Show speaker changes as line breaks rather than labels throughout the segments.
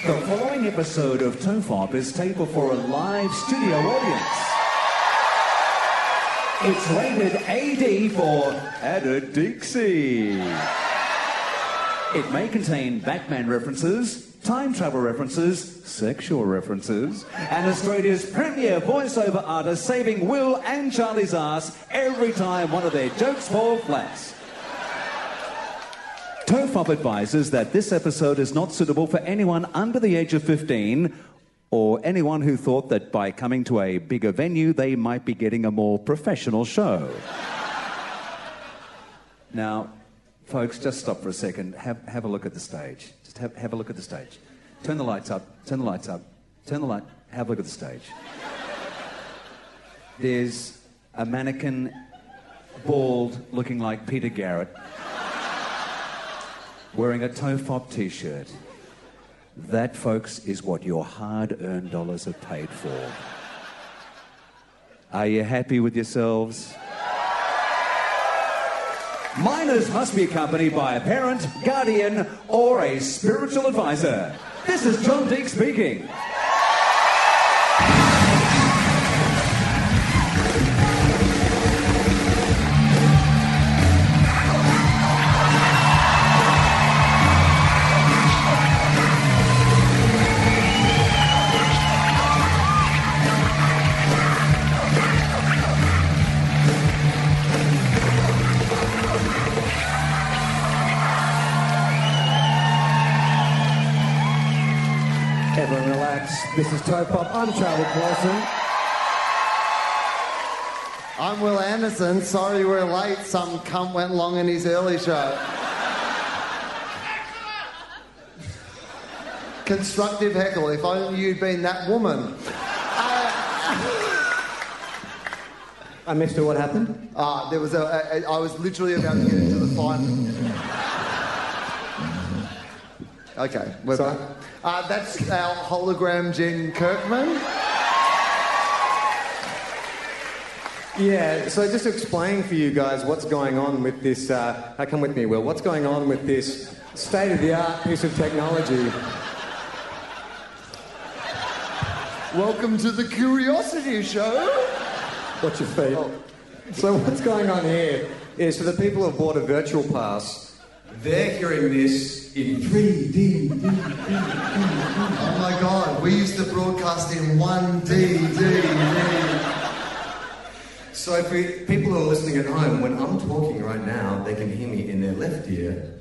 following episode of TOFOP is tabled for a live studio audience. It's rated AD for Added Dixie. It may contain Batman references, time travel references, sexual references, and Australia's premier voiceover artist saving Will and Charlie's ass every time one of their jokes fall flat. TOEFOP advises that this episode is not suitable for anyone under the age of 15 or anyone who thought that by coming to a bigger venue they might be getting a more professional show. now, folks, just stop for a second. Have, have a look at the stage. Just have, have a look at the stage. Turn the lights up, turn the lights up, turn the light, have a look at the stage. There's a mannequin, bald, looking like Peter Garrett wearing a tofop t-shirt. That, folks, is what your hard-earned dollars are paid for. Are you happy with yourselves? Minors must be accompanied by a parent, guardian, or a spiritual advisor. This is John Deek speaking.
Everyone relax. This is Topop. I'm Charlie Clausen. I'm Will Anderson. Sorry we're late. Some cunt went long in his early show. Constructive heckle. If only you'd been that woman.
I missed it. What happened?
Ah, there was a, a, a. I was literally about to get into the final. Okay, we're
Sorry.
back. Uh, that's our hologram Jen Kirkman.
Yeah. So just to explain for you guys what's going on with this. Uh, uh, come with me, Will. What's going on with this state-of-the-art piece of technology?
Welcome to the Curiosity Show.
Watch your feet. Oh. So what's going on here is for the people who've bought a virtual pass.
They're hearing this in 3D.
Oh my god, we used to broadcast in 1DD.
So for people who are listening at home, when I'm talking right now, they can hear me in their left ear.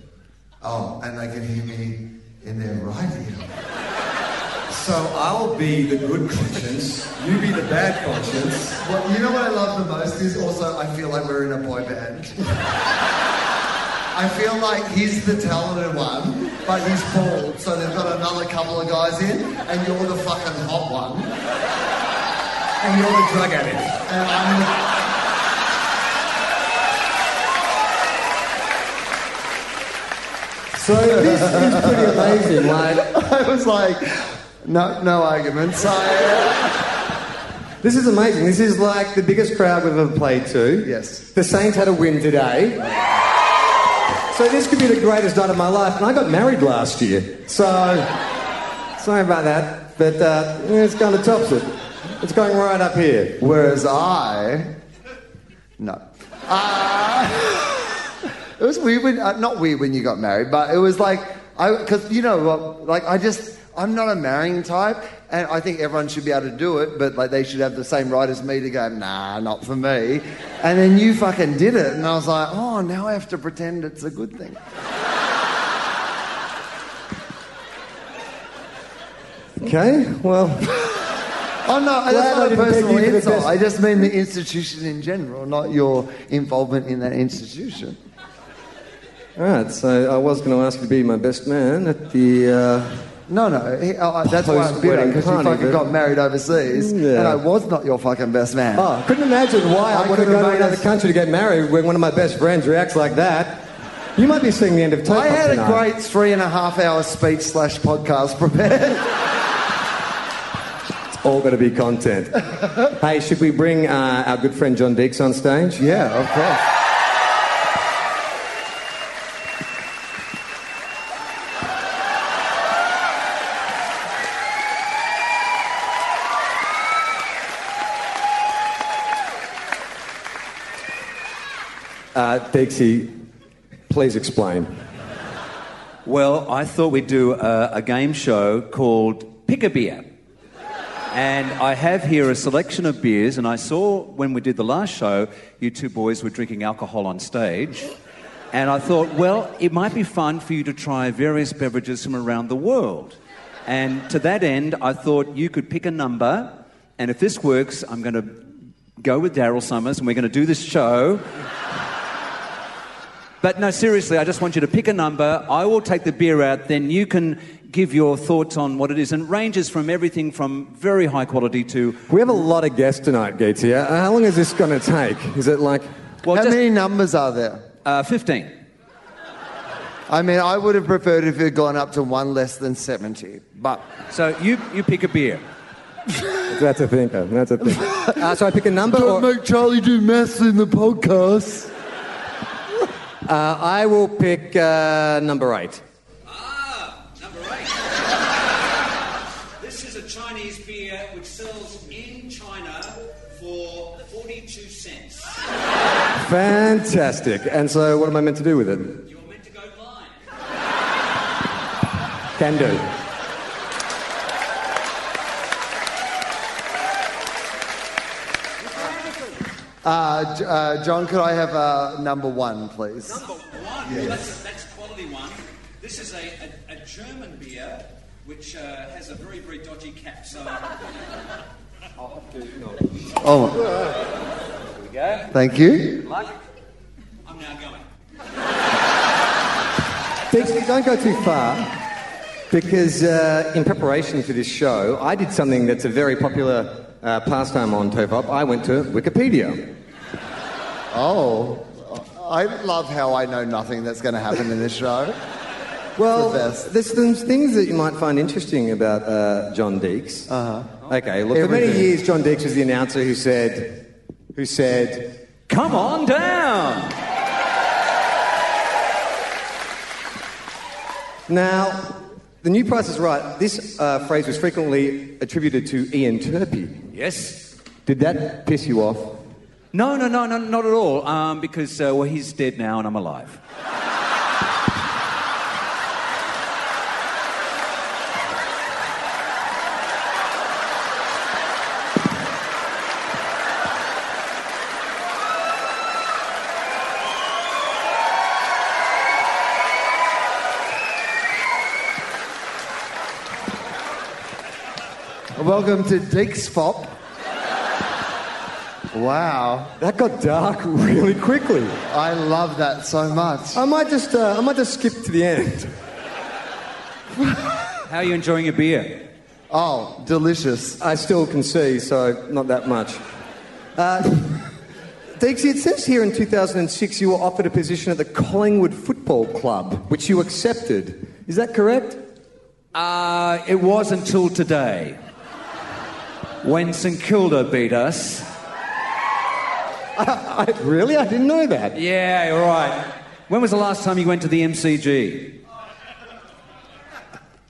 Oh, and they can hear me in their right ear.
So I'll be the good conscience, you be the bad conscience.
Well, you know what I love the most is also I feel like we're in a boy band. I feel like he's the talented one, but he's bald, so they've got another couple of guys in, and you're the fucking hot one,
And you're the drug addict.
and I'm the...
So this is pretty amazing. Like
I was like, no, no arguments. I,
this is amazing. This is like the biggest crowd we've ever played to.
Yes.
The Saints had a win today. So this could be the greatest night of my life, and I got married last year. So sorry about that, but uh, it's kind of tops it. It's going right up here.
whereas I, no. Uh, it was weird when, uh, not weird when you got married, but it was like, I, because you know what, like I just, I'm not a marrying type, and I think everyone should be able to do it, but like they should have the same right as me to go, nah, not for me. And then you fucking did it, and I was like, oh, now I have to pretend it's a good thing.
Okay, well.
Oh no,
Glad
that's
I
not a
didn't
personal
peg you for the
insult.
best-
I just mean the institution in general, not your involvement in that institution.
All right, so I was going to ask you to be my best man at the. Uh,
No, no, he, oh, I- that's why I'm bitter
Post-wedding
because you
carnival.
fucking got married overseas,
Yeah.
and I was not your fucking best man.
oh, I couldn't imagine why I,
I
want to
could've
go to
made
another
us-
country to get married when one of my best friends reacts like that. You might be seeing the end of time.
I had a great three and a half hour speech slash podcast prepared.
It's all going to be content. hey, should we bring uh, our good friend John Deeks on stage?
yeah, of course.
Uh, Dixie, please explain.
Well, I thought we'd do a, a game show called Pick a Beer. And I have here a selection of beers, and I saw when we did the last show, you two boys were drinking alcohol on stage. And I thought, well, it might be fun for you to try various beverages from around the world. And to that end, I thought you could pick a number, and if this works, I'm going to go with Daryl Summers, and we're going to do this show. But no, seriously, I just want you to pick a number. I will take the beer out, then you can give your thoughts on what it is. And it ranges from everything from very high quality to.
We have a lot of guests tonight, Gates. Here, how long is this going to take? Is it like
Well,
How
just,
many numbers are there?
Uh, 15.
I mean, I would have preferred if it had gone up to one less than 70. But
So you, you pick a beer.
that's a thing? uh, That's a thing. Uh, so I pick a number.
don't
Or, uh,
make Charlie do maths in the podcast.
Uh, I will pick uh, number eight.
Ah, number eight. this is a Chinese beer which sells in China for 42 cents.
Fantastic. And so, what am I meant to do with it?
You're meant to go blind.
Can do.
Uh, J- uh, John, could I have uh, number one, please?
Number one. That's, a, that's quality one. This is a, a, a German beer which uh, has a very, very dodgy cap. So
Oh,
Here we go.
thank you.
Luck. I'm now going.
Dixie, don't go too far. Because uh, in preparation for this show, I did something that's a very popular uh, pastime on Topop. I went to Wikipedia.
Oh, I love how I know nothing that's going to happen in this show.
Well,
The best.
there's some things that you might find interesting about uh, John Deeks. Uh-huh. Okay, look, for
Everything.
many years, John Deeks was the announcer who said, who said,
Come on down.
now, the new price is right. This uh, phrase was frequently attributed to Ian Turpie.
Yes.
Did that piss you off?
No, no, no, no, not at all. Um, because uh, well, he's dead now, and I'm alive.
Welcome to Dick's Fop. Wow,
That got dark really quickly.
I love that so much.
I might just, uh, I might just skip to the end.
How are you enjoying your beer?
Oh, delicious.
I still can see, so not that much. Uh, Dixie, it says here in 2006 you were offered a position at the Collingwood Football Club, which you accepted. Is that correct?
Uh, it was until today, when St Kilda beat us.
I, really? I didn't know that.
Yeah, you're right. When was the last time you went to the MCG?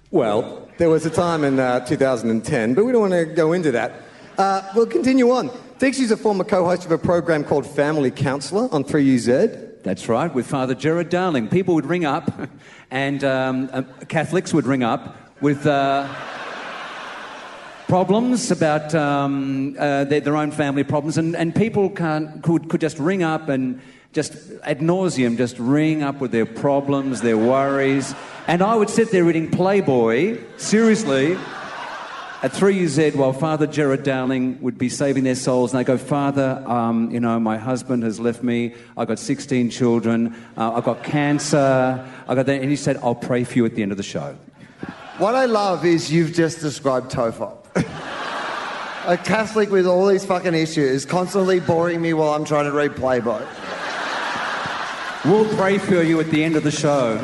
Well, there was a time in uh, 2010, but we don't want to go into that. Uh, we'll continue on. Dixie's a former co-host of a program called Family Counselor on 3UZ.
That's right, with Father Gerard Darling. People would ring up, and um, uh, Catholics would ring up with uh, problems about um, uh, their, their own family problems, and, and people can't, could, could just ring up and just ad nauseum just ring up with their problems, their worries. And I would sit there reading Playboy, seriously. At 3UZ, while Father Gerard Dowling would be saving their souls, and they go, Father, um, you know, my husband has left me. I've got 16 children. Uh, I've got cancer. I got that. And he said, I'll pray for you at the end of the show.
What I love is you've just described Tofop. A Catholic with all these fucking issues is constantly boring me while I'm trying to read Playboy.
We'll pray for you at the end of the show.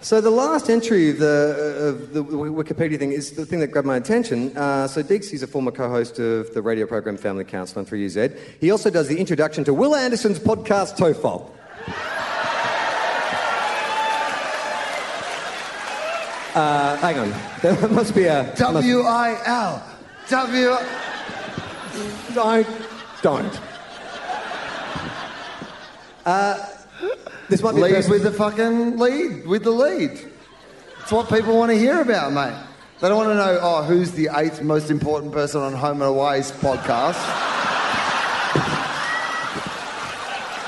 So the last entry of the, uh, of the Wikipedia thing is the thing that grabbed my attention. Uh, so Dixie's a former co-host of the radio program Family Council on 3UZ. He also does the introduction to Will Anderson's podcast Tofop. Uh, hang on, there must be a must-
W I L. W.
don't don't.
Uh,
This might be a
Lead
person-
with the fucking lead, with the lead. It's what people want to hear about, mate. They don't want to know, oh, who's the eighth most important person on Home and Away's podcast.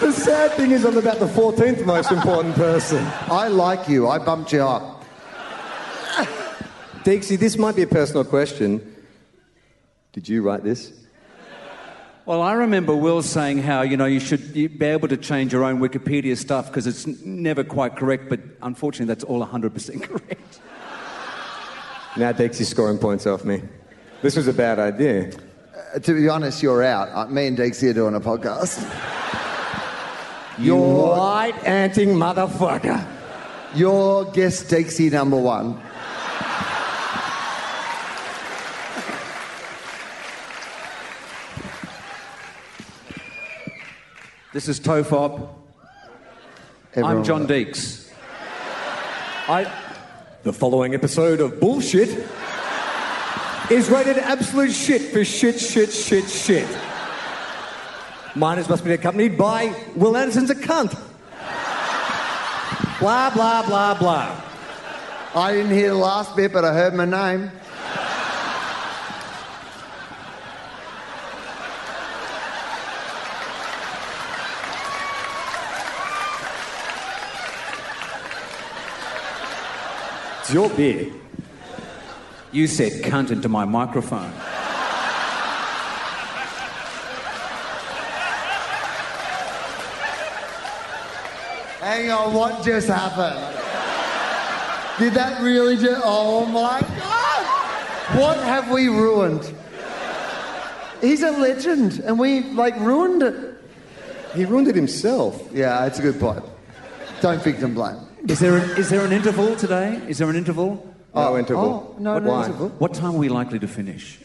The sad thing is, I'm about the 14th most important person.
I like you. I bumped you up.
Dixie, this might be a personal question. Did you write this?
Well, I remember Will saying how, you know, you should be able to change your own Wikipedia stuff because it's n- never quite correct, but unfortunately, that's all 100% correct.
Now Dixie's scoring points off me. This was a bad idea.
Uh, to be honest, you're out. Uh, me and Dixie are doing a podcast.
You're light anting motherfucker.
Your guest, Dixie, number one.
This is Tofop. I'm
Everyone-
John Deeks. I,
The following episode of Bullshit is rated absolute shit for shit, shit, shit, shit. Minors must be accompanied by Will Anderson's a cunt. Blah, blah, blah, blah.
I didn't hear the last bit, but I heard my name.
It's your beer.
you said cunt into my microphone.
Hang on, what just happened? Did that really just. Oh my God! What have we ruined? He's a legend, and we, like, ruined it.
He ruined it himself.
Yeah, it's a good point. Don't victim blame.
Is there, an, is there an interval today? Is there an interval?
No
Oh,
interval.
oh, no,
What-
no
why?
interval.
What time are we likely to finish?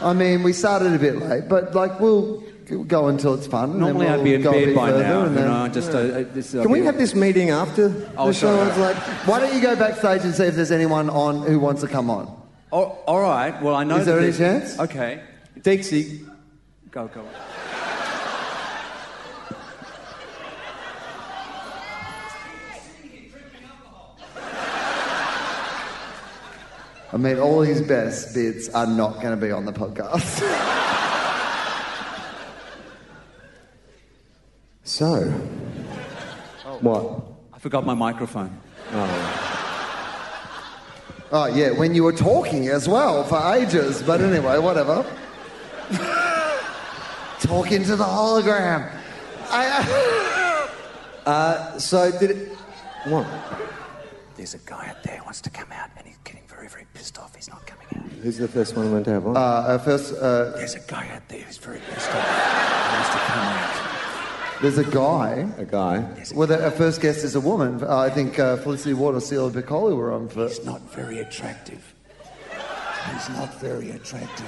I mean, we started a bit late, but, like, we'll go until it's fun. and then
Normally, I'd
we'll
be in
go a
bed
bit
by
further,
now. You
and then-
know, I just, uh, uh, this, I'll
Can we
be-
have this meeting after
Oh,
the show?
sorry.
It's like,
Why don't you go backstage and see if there's anyone on who wants to come on?
Oh, all right. Well, I know.
Is there
that
any
there's-
chance?
Okay.
Dixie,
Go, go.
I mean, all his best bits are not going to be on the podcast.
So, what?
Oh. I forgot my microphone.
oh, yeah, when you were talking as well for ages. But anyway, whatever. talking to the hologram. Uh, I,
So did it? What?
There's a guy up there who wants to come out, and he's getting very, very pissed off. He's not coming out.
Who's the first one we went to have on?
uh, uh, first, uh,
There's a guy out there who's very pissed off. He wants to come out.
there's a guy.
a guy.
Well, the, our first guest is a woman. Uh, I think uh, Felicity Waters, Celia Piccoli were on first.
He's not very attractive. He's not very attractive.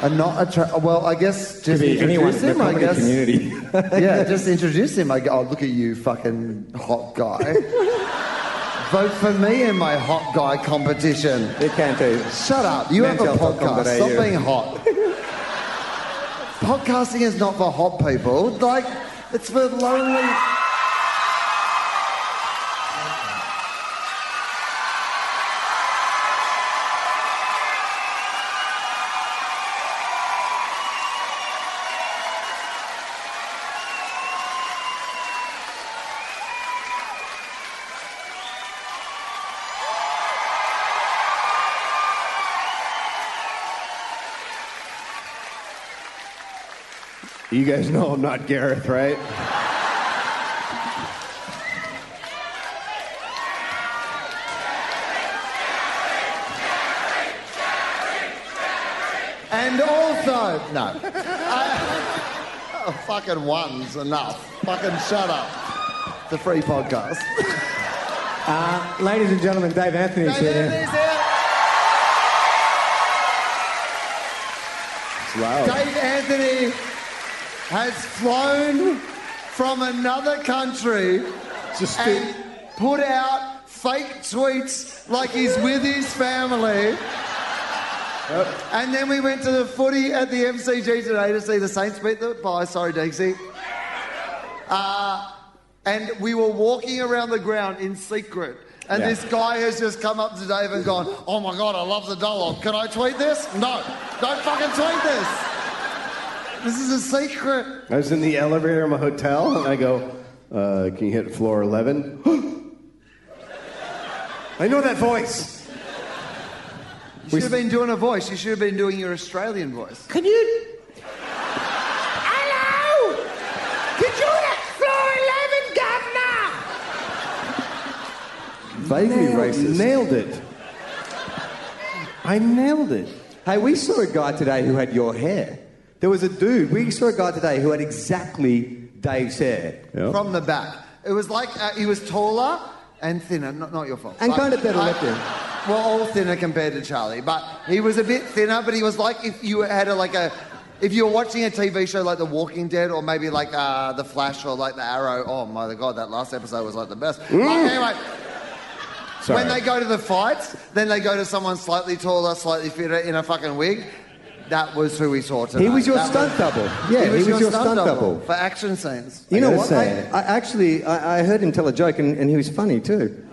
And not attra- well, I guess just introduce him. I guess.
community.
yeah, just introduce him. I go, oh, look at you, fucking hot guy. Vote for me in my hot guy competition.
it can't do.
Shut up. You have a
Mansell.com.au.
podcast. Stop being hot. Podcasting is not for hot people. Like, it's for lonely.
You guys know I'm not Gareth, right?
And also, no. I- oh, fucking one's enough. Fucking shut up. It's a free podcast.
Uh, ladies and gentlemen, Dave Anthony's
Hey,
here.
Anthony's here.
It's loud.
Dave Anthony has flown from another country
Just
and put out fake tweets like he's with his family. And then we went to the footy at the MCG today to see the Saints beat the Bye, sorry, Dixie. Uh, and we were walking around the ground in secret. And
Yeah.
this guy has just come up to Dave and gone, Oh my God, I love the dialogue. Can I tweet this? No, don't fucking tweet this. This is a secret.
I was in the elevator in my hotel, and I go, uh, "Can you hit floor 11? I know that voice.
You should have been doing a voice. You should have been doing your Australian voice.
Could you? Hello! Could you let floor 11, Governor?
Vaguely racist.
Nailed it. I nailed it.
Hey, we saw a guy today who had your hair. There was a dude, we saw a guy today who had exactly Dave's hair.
From the back. It was like uh, he was taller and thinner. Not, not your fault.
And
Like,
kind of better
I-
looking.
Well, all thinner compared to Charlie, but he was a bit thinner. But he was like if you had a like a. If you were watching a TV show like The Walking Dead or maybe like uh, The Flash or like The Arrow, oh my god, that last episode was like the best.
Mm.
Like, anyway,
Sorry.
when they go to the fights, then they go to someone slightly taller, slightly fitter in a fucking wig. That was who we saw tonight.
He was your
That
stunt double. Yeah, he was your stunt double.
for action scenes.
You
I
know
gotta
what? I,
say-
I actually, I, I heard him tell a joke and, and he was funny too.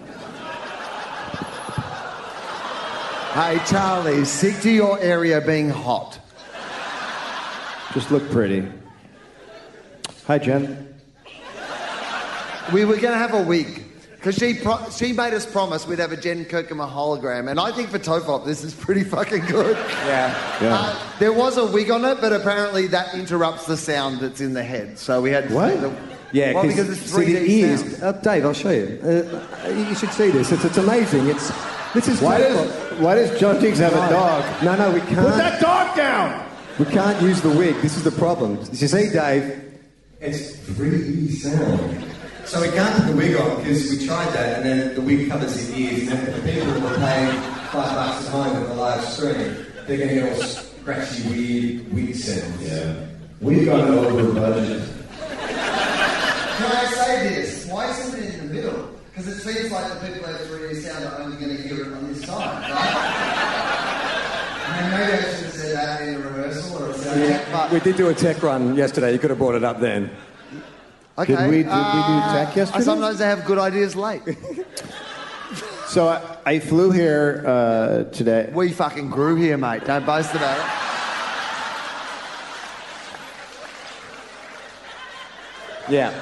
Hey Charlie, sick to your area being hot.
Just look pretty. Hi, Jen.
We were going to have a wig because she pro- she made us promise we'd have a Jen Kirkham hologram, and I think for Tofop this is pretty fucking good.
Yeah.
Yeah.
Uh, there was a wig on it, but apparently that interrupts the sound that's in the head, so we had to
What?
do The-
Yeah,
well,
'cause-
because it's
see,
3D
the ears.
sound.
Uh, Dave, I'll show you. Uh, you should see this. It's, it's amazing. It's this is
Why does Why does John Diggs have a dog?
No, no, we can't.
Put that dog down.
We can't use the wig. This is the problem. You see, Dave,
It's 3D sound. So we can't put the wig on because we tried that and then the wig covers his ears and then the people that were paying five bucks a time at the live stream, they're going to hear all scratchy, weird wig sounds. Yeah. We've gone over budget.
Can I say this? Why isn't it in the middle? Because it seems like the people at 3D sound are only going to hear it on this side, right? and maybe I should have said that in a rehearsal or a sound check, but-
we did do a tech run yesterday. You could have brought it up then.
Okay. uh,
Did we- did we do tech yesterday?
I sometimes I have good ideas late.
So I, I flew here uh, today.
we fucking grew here, mate. Don't boast about it.
Yeah.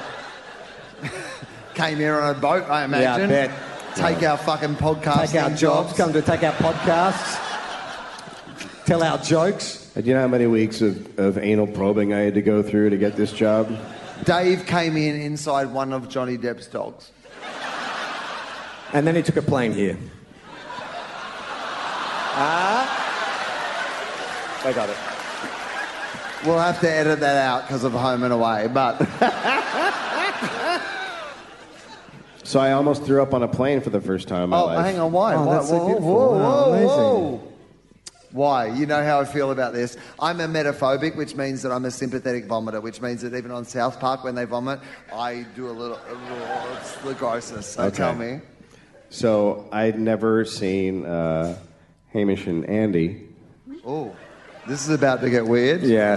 Came here on a boat, I imagine.
bet.
Take our fucking podcast.
Take our jobs, come to take our podcasts, tell our jokes.
Do you know how many weeks of, of anal probing I had to go through to get this job?
Dave came in inside one of Johnny Depp's dogs.
And then he took a plane here. Ah. I got it.
We'll have to edit that out because of home and away, but
So I almost threw up on a plane for the first time in my
oh,
life.
hang on, why?
Oh,
why?
that's so
whoa,
beautiful.
whoa,
Wow,
whoa,
amazing.
whoa. Why? You know how I feel about this. I'm a metaphobic, which means that I'm a sympathetic vomiter, which means that even on South Park when they vomit, I do a little. It's the grossest. So
Okay.
tell me.
So I'd never seen uh, Hamish and Andy.
Oh, this is about to get weird.
Yeah.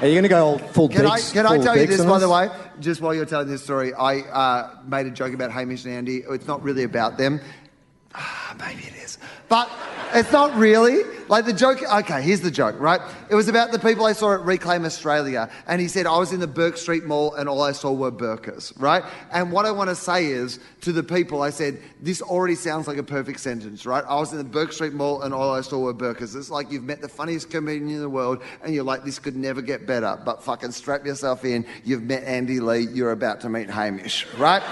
Are you going to go all full
Can I,
dicks-
can I
full
tell you
dicks
this,
on
by
us?
the way? Just while you're telling this story, I uh, made a joke about Hamish and Andy. It's not really about them. Ah, maybe it is. But it's not really. Like the joke, okay, here's the joke, right? It was about the people I saw at Reclaim Australia. And he said, I was in the Burke Street Mall and all I saw were burkas, right? And what I want to say is to the people, I said, this already sounds like a perfect sentence, right? I was in the Burke Street Mall and all I saw were burkas. It's like you've met the funniest comedian in the world and you're like, this could never get better. But fucking strap yourself in. You've met Andy Lee. You're about to meet Hamish, right?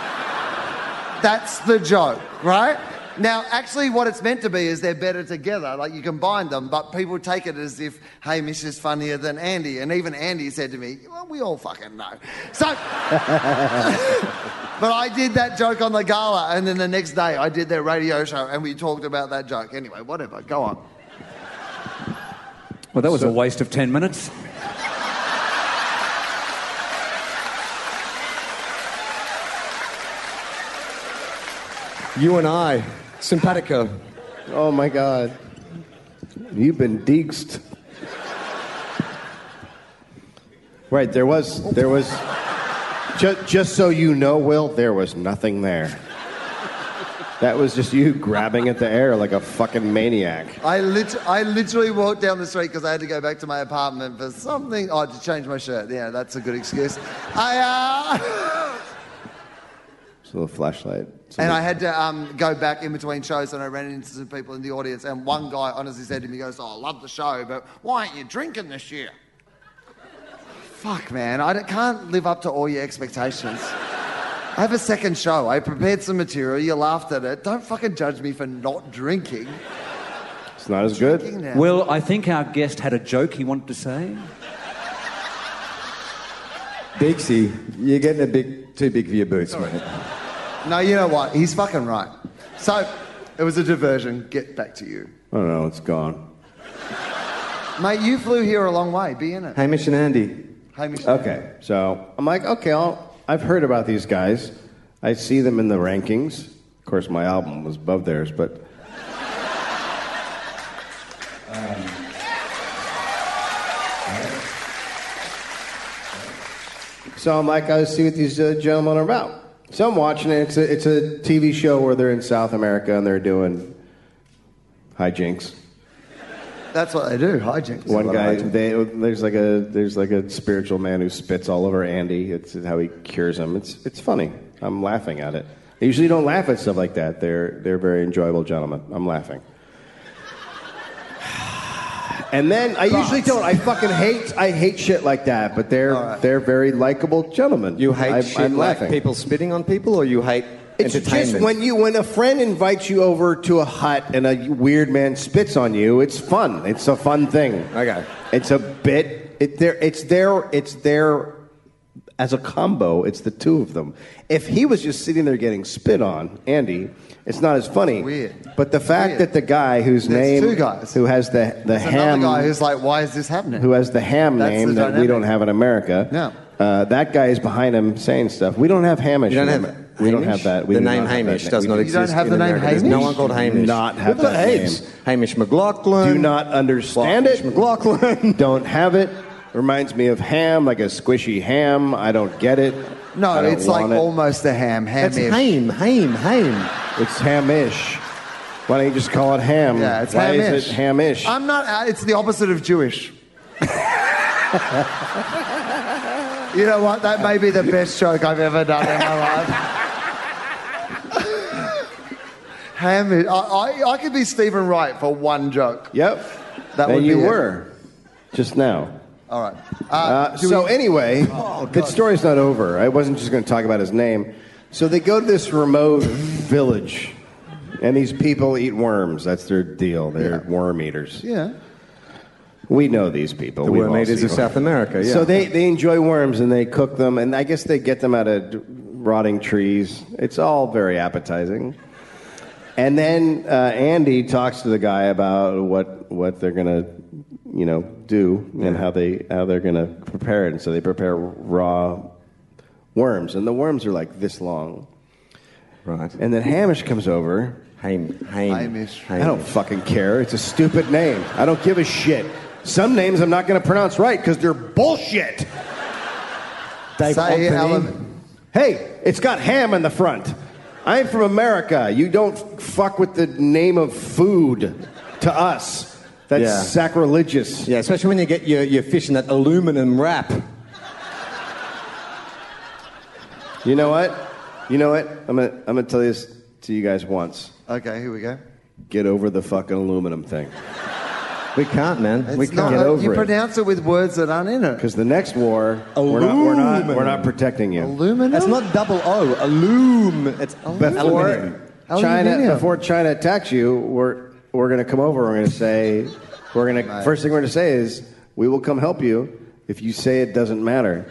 That's the joke, right? Now, actually, what it's meant to be is they're better together. Like you combine them, but people take it as if Hamish is funnier than Andy. And even Andy said to me, well, "We all fucking know." So, but I did that joke on the gala, and then the next day I did their radio show, and we talked about that joke. Anyway, whatever. Go on.
Well, that was a waste of 10 minutes.
You and I. Simpatico.
Oh my God. You've been deeksed. Right, there was there was Just, just so you know, Will, there was nothing there. That was just you grabbing at the air like a fucking maniac.
I, lit- I literally walked down the street because I had to go back to my apartment for something. Oh, to change my shirt. Yeah, that's a good excuse. I, uh,
Just a little flashlight. It's a
and
little-
I had to um, go back in between shows, and I ran into some people in the audience. And one guy honestly said to me, he goes, Oh, I love the show, but why aren't you drinking this year? Fuck, man. I don't- can't live up to all your expectations. I have a second show. I prepared some material. You laughed at it. Don't fucking judge me for not drinking.
it's not as good.
Drinking now.
Well, I think our guest had a joke he wanted to say.
Dixie, you're getting a big, too big for your boots, mate.
No, you know what? He's fucking right. So it was a diversion. Get back to you.
I don't know. It's gone.
Mate, you flew here a long way. Be in it.
Hamish and Andy.
Hamish.
Okay, so I'm like, okay, I'll, I've heard about these guys. I see them in the rankings. Of course, my album was above theirs, but um, So I'm like, I see what these uh, gentlemen are about. So I'm watching it. It's a, it's a TV show where they're in South America and they're doing hijinks.
That's what they do. Hijinks.
One guy, they, there's like a there's like a spiritual man who spits all over Andy. It's how he cures him. It's it's funny. I'm laughing at it. I usually don't laugh at stuff like that. They're they're very enjoyable gentlemen. I'm laughing. And then I usually don't. I fucking hate I hate shit like that. But they're they're very likable gentlemen.
You hate
I'm,
shit
I'm
like
laughing.
people spitting on people, or you hate
It's
entertainment?
just when you when a friend invites you over to a hut and a weird man spits on you, it's fun. It's a fun thing.
Okay.
It's a bit. It there. It's there. It's there. As a combo, it's the two of them. If he was just sitting there getting spit on, Andy, it's not as funny.
Weird.
But the fact
Weird.
that the guy whose
There's
name,
two guys.
who has the the
There's
ham,
another guy who's like, why is this happening?
who has the ham
That's
name
the
that we
dynamic.
don't have in America.
No.
Uh, that guy is behind him saying stuff. We don't have Hamish.
You don't
in
have
Amer- We don't
Hamish?
have that. We
the
do
name
not have that
Hamish
name.
does
We
not
do
You don't
exist.
have
in
the name
America. There's no
Hamish?
one called Hamish.
not have
We've got
that
heaps.
name.
Hamish McLaughlin.
Do not understand
Hamish
it.
McLaughlin.
Don't have it. Reminds me of ham, like a squishy ham. I don't get it. I
no,
don't
it's like
want it.
almost a ham.
That's
Hamish.
Ham, Ham, Ham.
It's hamish. Why don't you just call it ham?
Yeah, it's
Why
Hamish.
is it hamish?
I'm not. Uh, it's the opposite of Jewish. you know what? That may be the best joke I've ever done in my life. Hamish. I, I, I could be Stephen Wright for one joke.
yep.
That
and
would
you
be it.
were just now.
All right. Uh,
Uh,
do
so
we- Oh,
anyway, the story's not over. I wasn't just going to talk about his name. So they go to this remote village, and these people eat worms. That's their deal. They're worm eaters.
yeah.
We know these people.
The
We've
worm
all
eaters
seen
of
them.
South America, yeah.
So they, they enjoy worms and they cook them, and I guess they get them out of d- rotting trees. It's all very appetizing. And then uh, Andy talks to the guy about what what they're gonna, you know, do and how they how they're gonna prepare it. And so they prepare raw worms, and the worms are like this long.
Right.
And then Hamish comes over
Ham, Ham.
Hamish.
I don't fucking care. It's a stupid name. I don't give a shit. Some names I'm not going to pronounce right because they're bullshit.
Dave
Say
Anthony.
element.
Hey, it's got ham in the front. I'm from America. You don't f- fuck with the name of food to us. That's
Yeah.
sacrilegious.
Yeah, especially when you get your, your fish in that aluminum wrap.
You know what? You know what? I'm going to I'm going to tell this to you guys once.
Okay. Here we go.
Get over the fucking aluminum thing.
We can't, man. we
It's
can't.
not-
get over
you
it.
pronounce it with words that aren't in it.
Because the next war, we're not, we're, not, we're not protecting you.
Aluminum.
That's not double O. Alum. It's
before
aluminium.
China
Aluminium.
before China attacks you, we're we're gonna come over. We're gonna say we're gonna first thing we're gonna say is we will come help you if you say it doesn't matter.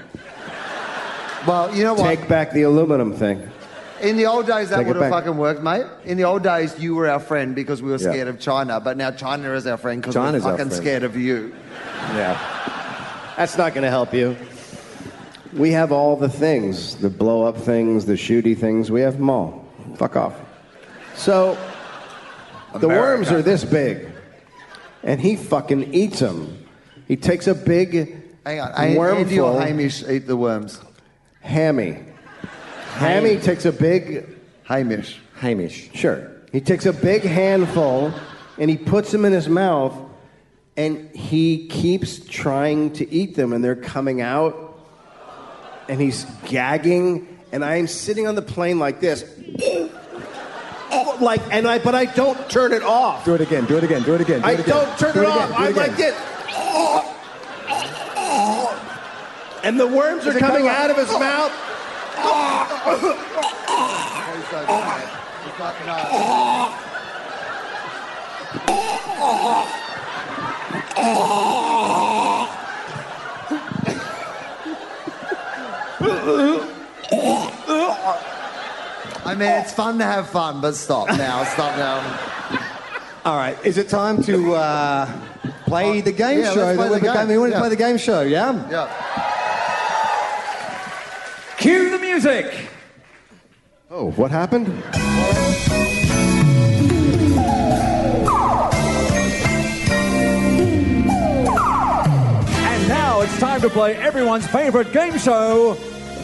Well, you know what?
Take back the aluminum thing.
In the old days, that
Take it
would have
back.
fucking worked, mate. In the old days, you were our friend because we were
Yeah.
scared of China, but now China is our friend because we're
China's our
fucking
friend.
scared of you.
Yeah, that's not gonna help you. We have all the things, the blow up things, the shooty things. We have them all. Fuck off. So the worms are this big, and he fucking eats them. He takes a big
Hang on,
wormful.
Andy or Hamish eat the worms.
Hammy. Hammy takes a big
Hamish.
Hamish.
Sure. He takes a big handful and he puts them in his mouth and he keeps trying to eat them and they're coming out and he's gagging and I am sitting on the plane like this. like and I but I don't turn it off.
Do it again. Do it again. Do it again. Do
I
it again.
don't turn
Do
it,
again,
off.
do
I'm
again.
like this. And the worms are
it coming
coming
out?
out of his mouth.
I mean, it's fun to have fun, but stop now. Stop now.
All right. Is it time to uh, play
Oh,
the game
Yeah, let's
show? that
play the
we're
game,
becoming- We want to
yeah.
play the game show, yeah?
Yeah.
Cue the music.
Oh, what happened?
And now it's time to play everyone's favorite game show.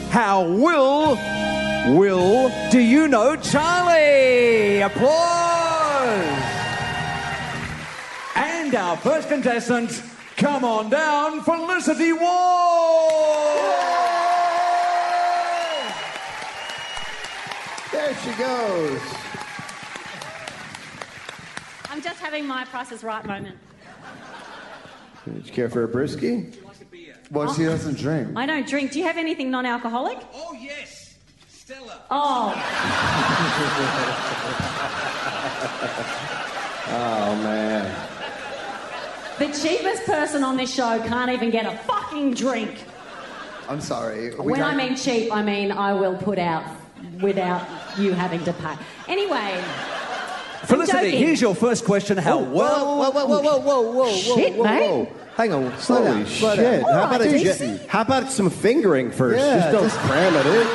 How will will do you know Charlie? Applause. And our first contestant, come on down, Felicity Wall.
There she goes.
I'm just having my Price is Right moment.
Would you care for a brisky?
Well, she doesn't drink.
I don't drink. Do you have anything non-alcoholic?
Oh yes, Stella.
Oh,
Oh man.
the cheapest person on this show can't even get a fucking drink.
I'm sorry. We
when I
don't-
mean cheap, I mean I will put out without you having to pay. Anyway,
Felicity,
joking.
here's your first question. How well?
Whoa, whoa, whoa, whoa, whoa, whoa, whoa,
Shit,
whoa,
mate.
whoa. Hang on. Slow
Holy
down. Slow
shit!
down. Oh,
How about a
Alright,
ju- how about some fingering first?
Yeah,
just don't
just-
cram it in.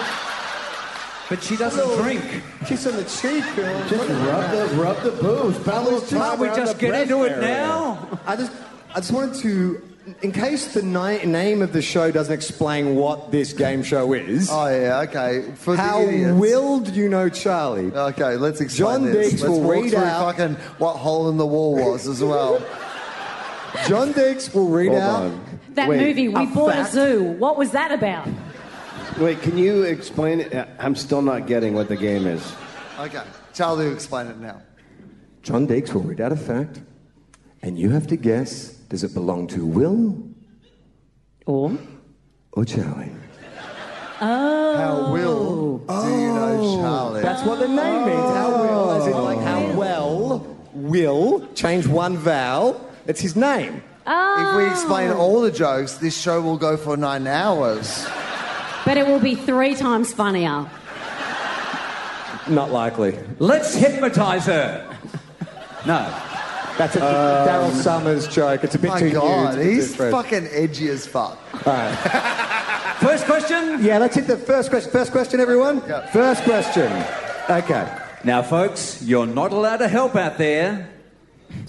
But she doesn't drink.
Kiss on the cheek. girl.
Just rub the rub the booze.
Can't we just get into it now?
I just, I just wanted to, in case the ni- name of the show doesn't explain what this game show is.
Oh yeah. Okay. For
how
the idiots.
will you know Charlie?
Okay, let's explain
John
this.
Diggs
let's
will
walk
read
through
out-
fucking what hole in the wall was as well.
John Diggs will read
Hold
out.
on.
that
Wait,
movie we
a
bought
fact.
a zoo. What was that about?
Wait, can you explain it? Uh, I'm still not getting what the game is.
Okay, Charlie, will explain it now.
John Dakes will read out a fact, and you have to guess does it belong to Will
Or
or Charlie?
Oh.
How will do
Oh.
you know Oh, Charlie?
That's what the name means. How will, as in like
Oh.
how well will change one vowel. It's his name.
if we explain
Oh.
all the jokes, this show will go for nine hours.
but it will be three times funnier.
Not likely.
Let's hypnotize her. No.
That's a Daryl Summers joke. It's a bit
My
too
God,
new. It's a bit
he's
too fresh.
fucking edgy as fuck.
First question.
Yeah, let's hit the first question. First question, everyone.
Yeah.
First question. Okay.
Now, folks, you're not allowed to help out there.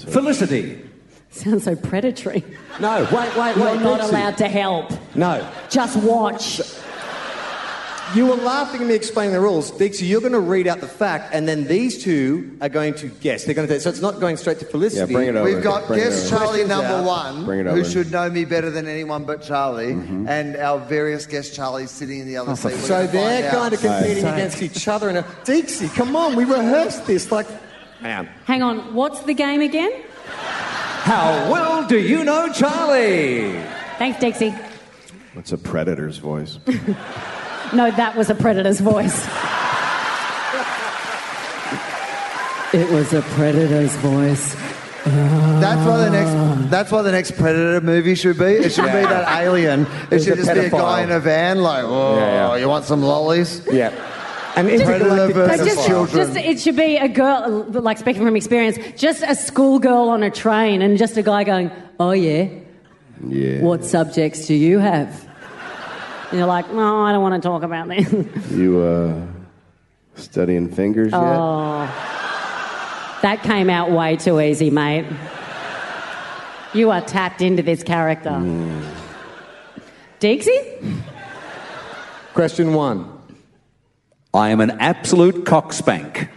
Felicity.
Sounds so predatory.
No, wait, wait, wait.
You're not
Dixie.
allowed to help.
No.
Just watch.
You were laughing at me explaining the rules. Dixie, you're going to read out the fact, and then these two are going to guess. They're going to so it's not going straight to
Yeah,
Felicity.
bring it over.
We've got
Bring it
guest
over.
Charlie
Questions
number
out.
one,
Bring it
who
over. Mm-hmm.
should know me better than anyone but Charlie, and our various guest Charlies sitting in the other seat. We're
Oh, So
gonna
they're
find out.
kind of competing against each other. And Dixie, come on, we rehearsed this. Like, man,
Hang on. What's the game again?
How well do you know Charlie?
Thanks, Dixie.
What's a predator's voice?
No, that was a predator's voice. it was a predator's voice.
That's why the next. That's why the next Predator movie should be. It should be that alien. It
Who's
should
a
just be a guy
pedophile.
in a van, like, oh,
Yeah, yeah.
you want some lollies?
yeah. And
Predator
intergalactic.
versus
But just,
children.
just, it should be a girl, like speaking from experience, just a schoolgirl on a train and just a guy going, oh yeah,
Yeah.
what subjects do you have? And you're like, no, I don't want to talk about this.
You uh, studying fingers yet?
Oh. that came out way too easy, mate. You are tapped into this character. Dixie?
Question one.
I am an absolute cockspank.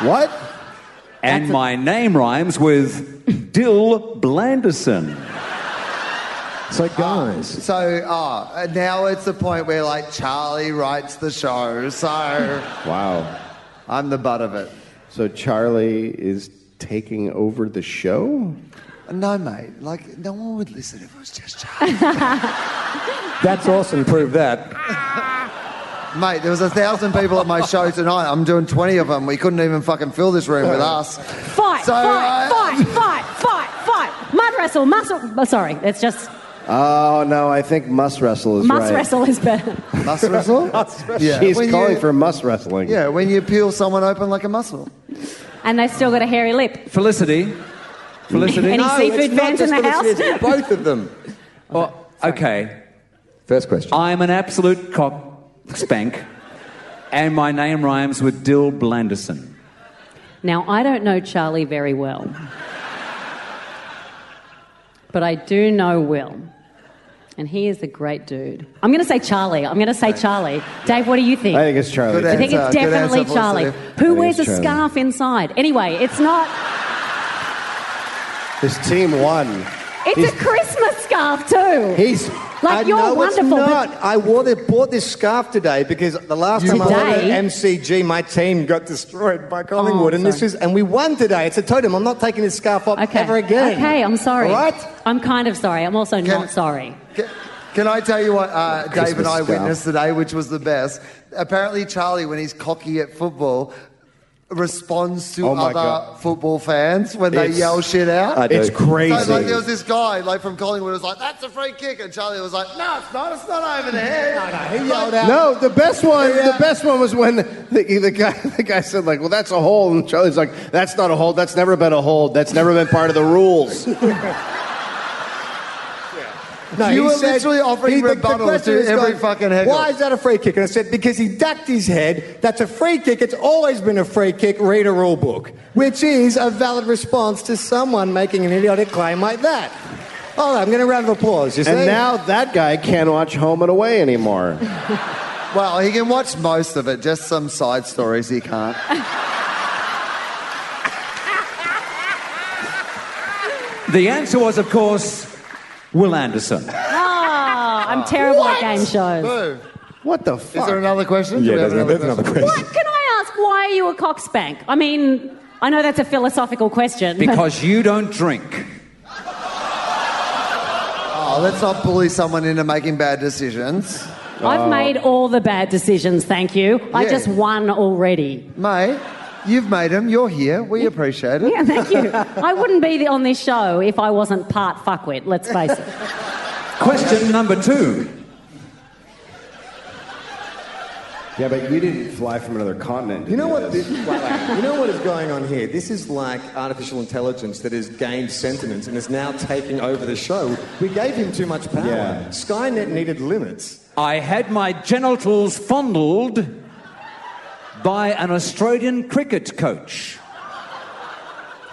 What?
And my name rhymes with Dill Blanderson.
So, guys,
So ah, now it's the point where like Charlie writes the show. So
Wow.
I'm the butt of it.
So Charlie is taking over the show?
No, mate. Like no one would listen if it was just Charlie.
that's awesome. Prove that.
mate, there was a thousand people at my show tonight. I'm doing twenty of them. We couldn't even fucking fill this room with us.
Fight,
So,
fight,
uh,
fight, fight, fight, fight. Mud wrestle, muscle. Oh, sorry, it's just
Oh, no, I think must wrestle is
must
right.
wrestle is better.
Muscle wrestle? Yeah.
She's
When
calling
you-
for must wrestling.
Yeah, when you peel someone open like a muscle.
And they've still got a hairy lip.
Felicity. Felicity.
Any seafood fans in the house?
Both of them.
Oh, okay.
First question.
I'm an absolute cockspank. And my name rhymes with Dill Blanderson.
Now, I don't know Charlie very well, but I do know Will. And he is a great dude. I'm going to say Charlie. I'm going to say Charlie. Dave, what do you think?
I think it's Charlie.
Good
I think
Answer.
it's
Good answer,
definitely Charlie.
Felicity.
Who
I think
wears a
it's Charlie.
scarf inside? Anyway, it's not.
His team won.
It's a Christmas scarf too.
He's
Like, you're
no,
wonderful,
It's
but-
not. I wore the, bought this scarf today because the last time I wore
Today?
it at MCG, my team got destroyed by Collingwood,
Oh,
and this
sorry.
is and we won today. It's a totem. I'm not taking this scarf off
okay.
ever again.
Okay, I'm sorry.
All right?
I'm kind of sorry. I'm also
Can-
not sorry.
Can, can I tell you what uh, Dave and
Christmas
I
scarf.
witnessed today, which was the best? Apparently, Charlie, when he's cocky at football, responds to
Oh my
other
God.
football fans when they
It's-
yell shit out.
I do.
It's crazy.
So, like, there was this guy, like from Collingwood, was like, "That's a free kick," and Charlie was like, "No, it's not. It's not over there." he yelled out.
No, the best one.
Yeah.
The best one was when the, the, the guy the guy said like, "Well, that's a hole," and Charlie's like, "That's not a hole. That's never been a hole. That's never been part of the rules." No,
You
he
were literally offering
the- the
rebuttals
question
to
is
every
going,
fucking heckle.
Why is that a free kick? And I said because he ducked his head. That's a free kick. It's always been a free kick. Read a rule book, which is a valid response to someone making an idiotic claim like that. Oh, I'm going to round of applause. You see? And now that guy can't watch Home and Away anymore.
Well, he can watch most of it. Just some side stories he can't.
The answer was, of course, Will Anderson.
Oh, I'm terrible at game shows.
Boo.
What the
Is
fuck?
there another question?
yeah,
Do we have
there's, another, there's another question.
What can I ask? Why are you a cockspank? I mean, I know that's a philosophical question. but-
Because you don't drink.
Oh, let's not bully someone into making bad decisions, Oh.
I've made all the bad decisions, thank you. I
Yeah.
just won already.
mate. You've made them. You're here. We appreciate it.
Yeah, thank you. I wouldn't be on this show if I wasn't part fuckwit, let's face it.
Question number two.
Yeah, but you didn't fly from another continent.
You know what? This, you know what is going on here. This is like artificial intelligence that has gained sentience and is now taking over the show. We gave him too much power.
Yeah.
Skynet needed limits.
I had my genitals fondled by an Australian cricket coach.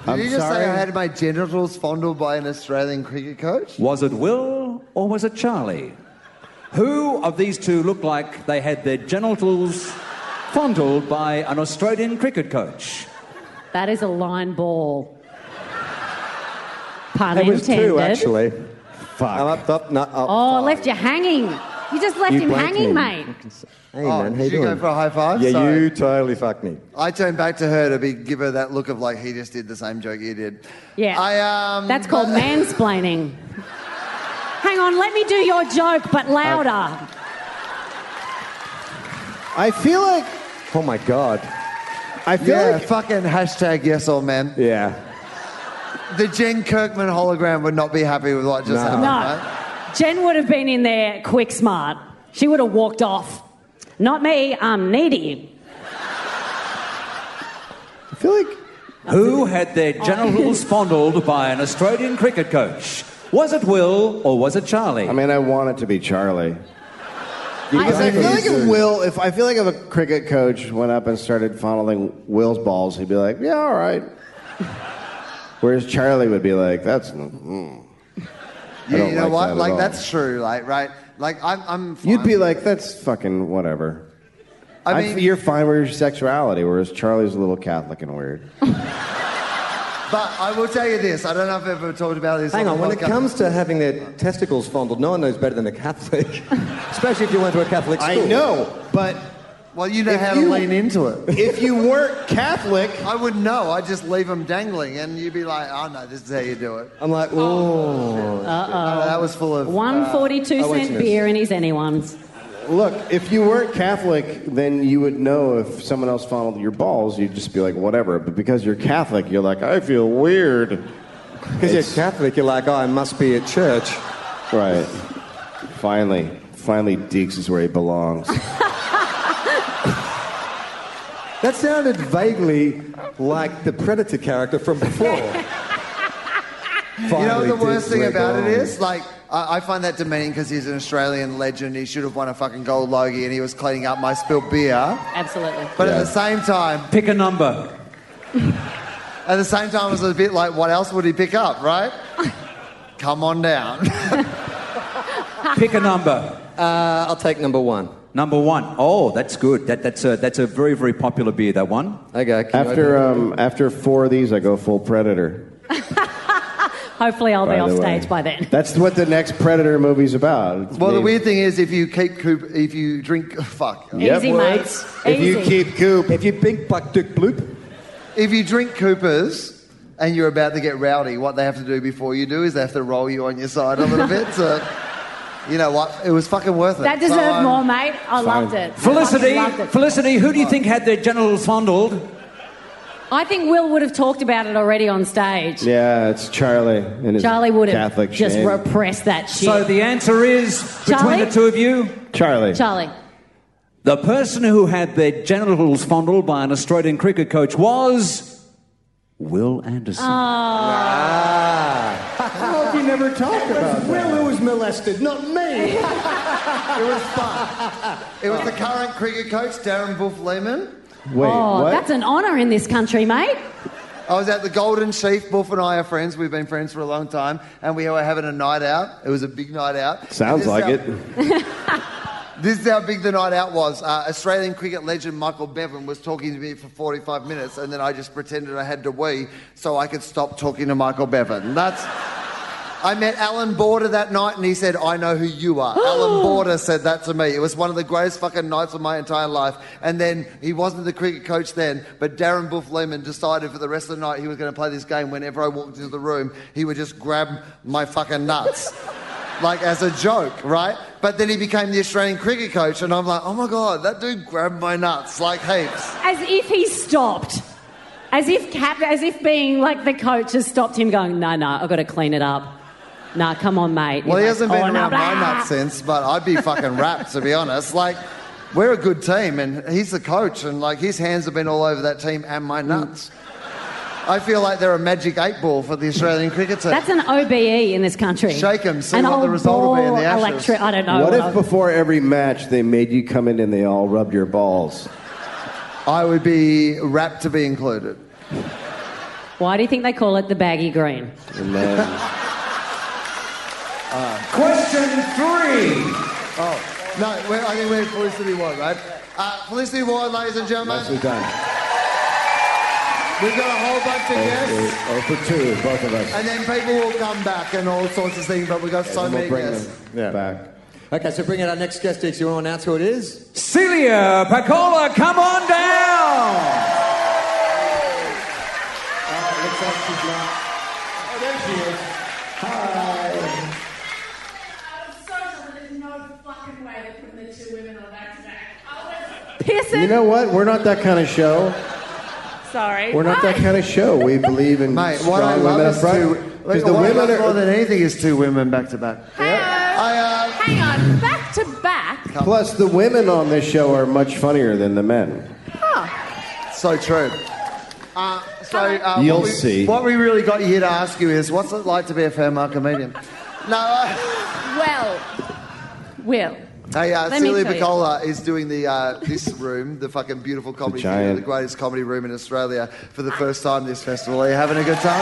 Did you just say I had my genitals fondled by an Australian cricket coach?
Was it Will or was it Charlie? Who of these two looked like they had their genitals fondled by an Australian cricket coach?
That is a line ball. Pun
It was
intended.
two actually.
Fuck.
I'm up, up, no, up.
Oh, left you hanging. You just left
You
him
blanked
hanging,
me.
mate.
Hey
Oh,
man, how you
did you go
doing?
for a high five?
yeah,
Sorry.
you totally fucked me.
I turned back to her to be give her that look of like he just did the same joke you did.
Yeah.
I um.
That's called
but-
mansplaining. Hang on, let me do your joke, but louder.
Oh.
I feel like
Oh my god.
I feel
Yeah,
like
fucking hashtag yes or man.
Yeah.
The Jen Kirkman hologram would not be happy with what just
No.
happened.
No.
right?
Jen would have been in there quick smart. She would have walked off. Not me, I'm needy.
I feel like
Who had their genitals
Oh.
fondled by an Australian cricket coach? Was it Will or was it Charlie?
I mean I want it to be Charlie.
I,
Because I feel like if Will, if I feel like if a cricket coach went up and started fondling Will's balls, he'd be like, "Yeah, all right." Whereas Charlie would be like, "That's." mm, mm." I
Yeah,
don't
you know
like
what?
that at
like
all.
that's true. Like right Like I'm, I'm fine
You'd be
with
like,
it.
that's fucking whatever.
I
I
mean,
you're fine with your sexuality, whereas Charlie's a little Catholic and weird.
but I will tell you this. I don't know if I've ever talked about this.
Hang
the
on, when it
podcast.
comes to having their testicles fondled, no one knows better than a Catholic, especially if you went to a Catholic
I
school.
know, but
well, you know
if
how
you-
to lean into it.
if you weren't Catholic,
I wouldn't know. I'd just leave them dangling, and you'd be like, "Oh no, this is how you do it." Um,
I'm like, oh.
Uh, that was full of
One forty-two
I
cent
went to this.
beer and he's anyone's.
look, if you weren't Catholic, then you would know if someone else fondled your balls, you'd just be like, whatever. But because you're Catholic, you're like, I feel weird.
Because you're Catholic, you're like, oh, I must be at church.
Right. Finally. Finally, Deeks is where he belongs.
That sounded vaguely like the Predator character from before.
You know
Finally
the
did
worst thing
wiggle.
about it is, like, I, I find that demeaning because he's an Australian legend. He should have won a fucking gold logie, and he was cleaning up my spilled beer.
Absolutely.
But at the same time,
Pick a number.
at the same time, it was a bit like, what else would he pick up, right? Come on down.
Pick a number.
Uh, I'll take number one.
Number one. Oh, that's good. That, that's, a, that's a very, very popular beer, that one.
Okay. can you
after,
open it?
um, after four of these, I go full Predator.
Hopefully, I'll be
by
off
the way.
stage by then.
That's what the next Predator movie's about. It's
well, the
me-
weird thing is, if you keep coop, if you drink, fuck,
Easy,
words.
mate.
If you
Easy.
keep coop,
if you big buck dick bloop,
if you drink Coopers. And you're about to get rowdy. What they have to do before you do is they have to roll you on your side a little bit. So, you know what? It was fucking worth it.
That
So um,
deserved
I'm-
more, mate. I loved it.
Felicity,
I, fucking loved it.
Felicity, who do you think had their genitals fondled?
I think Will would have talked about it already on stage.
yeah, it's Charlie and his
Charlie would have
Catholic
just
shame.
repressed that shit.
So the answer is
Charlie?
between the two of you,
Charlie.
Charlie.
the person who had their genitals fondled by an Australian cricket coach was Will Anderson.
Ah.
how
Ah.
have you never talked about that? Will who was molested, not me.
It was the current cricket coach, Darren Wolf Lehman.
Wait,
oh,
what?
that's an honour in this country, mate.
I was at the Golden Sheep. Wolf and I are friends. We've been friends for a long time, and we were having a night out. It was a big night out.
Sounds
And
like
this is
it.
how- This is how big the night out was. Uh, Australian cricket legend Michael Bevan was talking to me for 45 minutes, and then I just pretended I had to wee so I could stop talking to Michael Bevan. That's. I met Alan Border that night, and he said, "I know who you are." Alan Border said that to me. It was one of the greatest fucking nights of my entire life. And then he wasn't the cricket coach then, but Darren Buff Lehman decided for the rest of the night he was going to play this game. Whenever I walked into the room, he would just grab my fucking nuts. Like as a joke, right? But then he became the Australian cricket coach, and I'm like, oh my god, that dude grabbed my nuts like heaps.
As if he stopped. As if cap, as if being like the coach has stopped him going, no, no, I've got to clean it up. Nah, come on, mate.
Well,
You're
he
like,
hasn't been
"Oh, no,
around my
blah."
nuts since, but I'd be fucking wrapped to be honest. Like, we're a good team, and he's the coach, and like his hands have been all over that team and my nuts. I feel like they're a magic eight ball for the Australian cricket team.
That's an OBE in this country.
Shake 'em, see
An
what the
old
result will be in
ball
the ashes.
electri- I don't know.
what
what
if
I-
before every match they made you come in and they all rubbed your balls?
I would be wrapped to be included.
Why do you think they call it the baggy green?
And then,
Question three.
Uh, Oh no, we're, I think we're Felicity Ward, right? Uh, Felicity Ward, ladies and gentlemen.
nicely done.
We've got a whole bunch of guests.
Oh, for two, both of us.
And then people will come back and all sorts of things, but we've got so
And we'll
many
bring
guests.
them back.
Okay, so bring in our next guest, Dix. You want to announce who it is?
Celia Pacola, come on down.
You
Pissing.
know what? We're not that kind of show.
Sorry.
We're not that kind of show. We believe in
Mate,
strong
what I love
women up
is two.
front. Because the
what I
women
love more
are.
than anything is two women back to back. I, uh,
Hang on, back to back.
Plus, the women on this show are much funnier than the men.
so true. Uh, so uh,
You'll
what we,
see.
What we really got here to ask you is, what's it like to be a fair market medium? No, uh,
Well, Will.
hey, uh,
Let me
Celia
tell you.
Piccola is doing the uh, this room, the fucking beautiful comedy theatre,
giant-
the greatest comedy room in Australia for the first time this festival. Are you having a good time?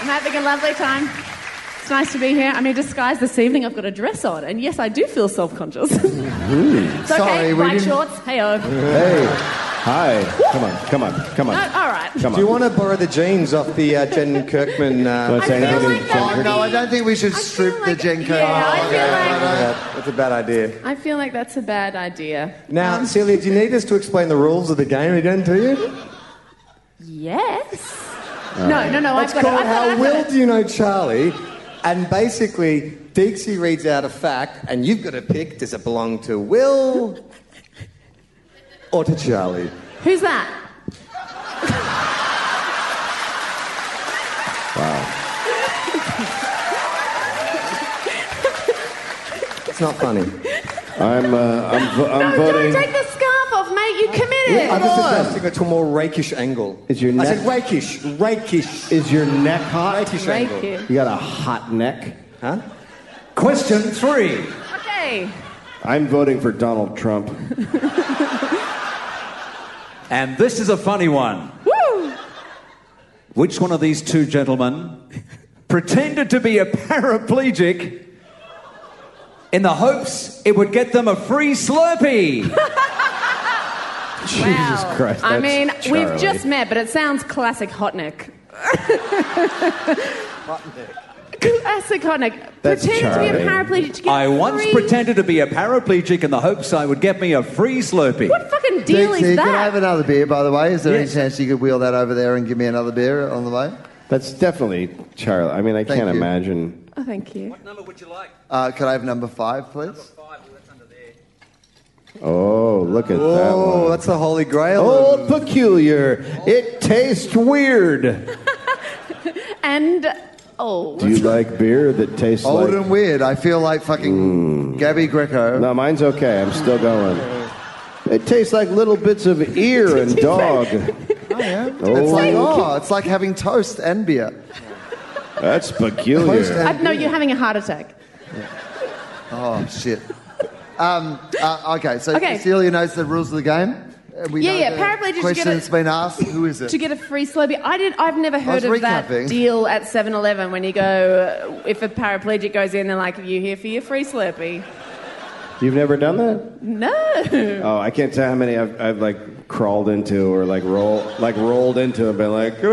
I'm having a lovely time. It's It's nice to be here. I'm in disguise this evening. I've got a dress on, and yes, I do feel self conscious. it's okay.
Sorry, we
White
didn't-
shorts. Hey, oh.
Hey. Hi. Come on. Come on. Come on.
No, all right.
Come on.
Do you want to borrow the jeans off the uh, Jen Kirkman? Uh,
Let's say
I feel
anything
like
to Jen
that would
No,
be-
I don't think we should
I feel
strip the
like-
Jen Kirkman.
Yeah, I feel like
yeah, that's a bad idea.
I feel like that's a bad idea.
Now, Celia, do you need us to explain the rules of the game again to you?
Yes.
Uh,
No, no, no.
That's
I've got
called
it. I've got it.
How
I've
Well
got it.
Do You Know Charlie? And basically, Dixie reads out a fact, and you've got to pick does it belong to Will or to Charlie?
Who's that?
It's not funny.
I'm, uh, I'm, vo- I'm
no,
voting.
don't take the scarf off, mate. You committed.
I'm just adjusting it to a more rakish angle.
Is your
I said
neck-
rakish, rakish.
Is your neck hot?
Rakish
Thank
angle.
you.
You got a hot neck.
Huh?
Question three.
Okay.
I'm voting for Donald Trump.
And this is a funny one.
Woo.
Which one of these two gentlemen pretended to be a paraplegic in the hopes it would get them a free Slurpee?
Jesus Christ.
I
that's
mean,
Charlie.
we've just met, but it sounds classic Hotnik. Classic Hotnik.
That's
Pretending to be a
Charlie.
paraplegic to get
I once
free-
pretended to be a paraplegic in the hopes I would get me a free Slurpee.
What fucking deal
Dixie,
is
can I have
that?
another beer, by the way? Is there any
Yes.
chance you could wheel that over there and give me another beer on the way?
That's definitely Charlie. I mean, I
Thank
can't
you.
imagine.
Oh, thank you.
number would you like?
Uh, could I have number five, please?
Five, well, that's under there.
Oh, look at that one.
Oh, that's the Holy Grail.
Old peculiar. It tastes weird.
And oh,
Do you like beer that tastes
Old
like? Hmm.
and weird. I feel like fucking Gabby Greco.
No, mine's okay. I'm still going. It tastes like little bits of ear and dog.
I am.
Oh.
It's like oh, it's like having toast and beer.
That's peculiar.
I, no, you're having a heart attack.
Oh shit. Um, uh, okay, so
Okay.
Celia knows the rules of the game. Uh, We
Yeah,
know
yeah,
the
paraplegic to get
Question
a-
that's been asked. Who is it?
To get a free Slurpee, I did. I've never heard
was
of that
recapping.
deal at 7-Eleven when you go, uh, if a paraplegic goes in, they're like, "You here for your free Slurpee?"
You've never done that?
No.
Oh, I can't tell how many I've, I've like crawled into or like roll like rolled into and been like,
Hang on,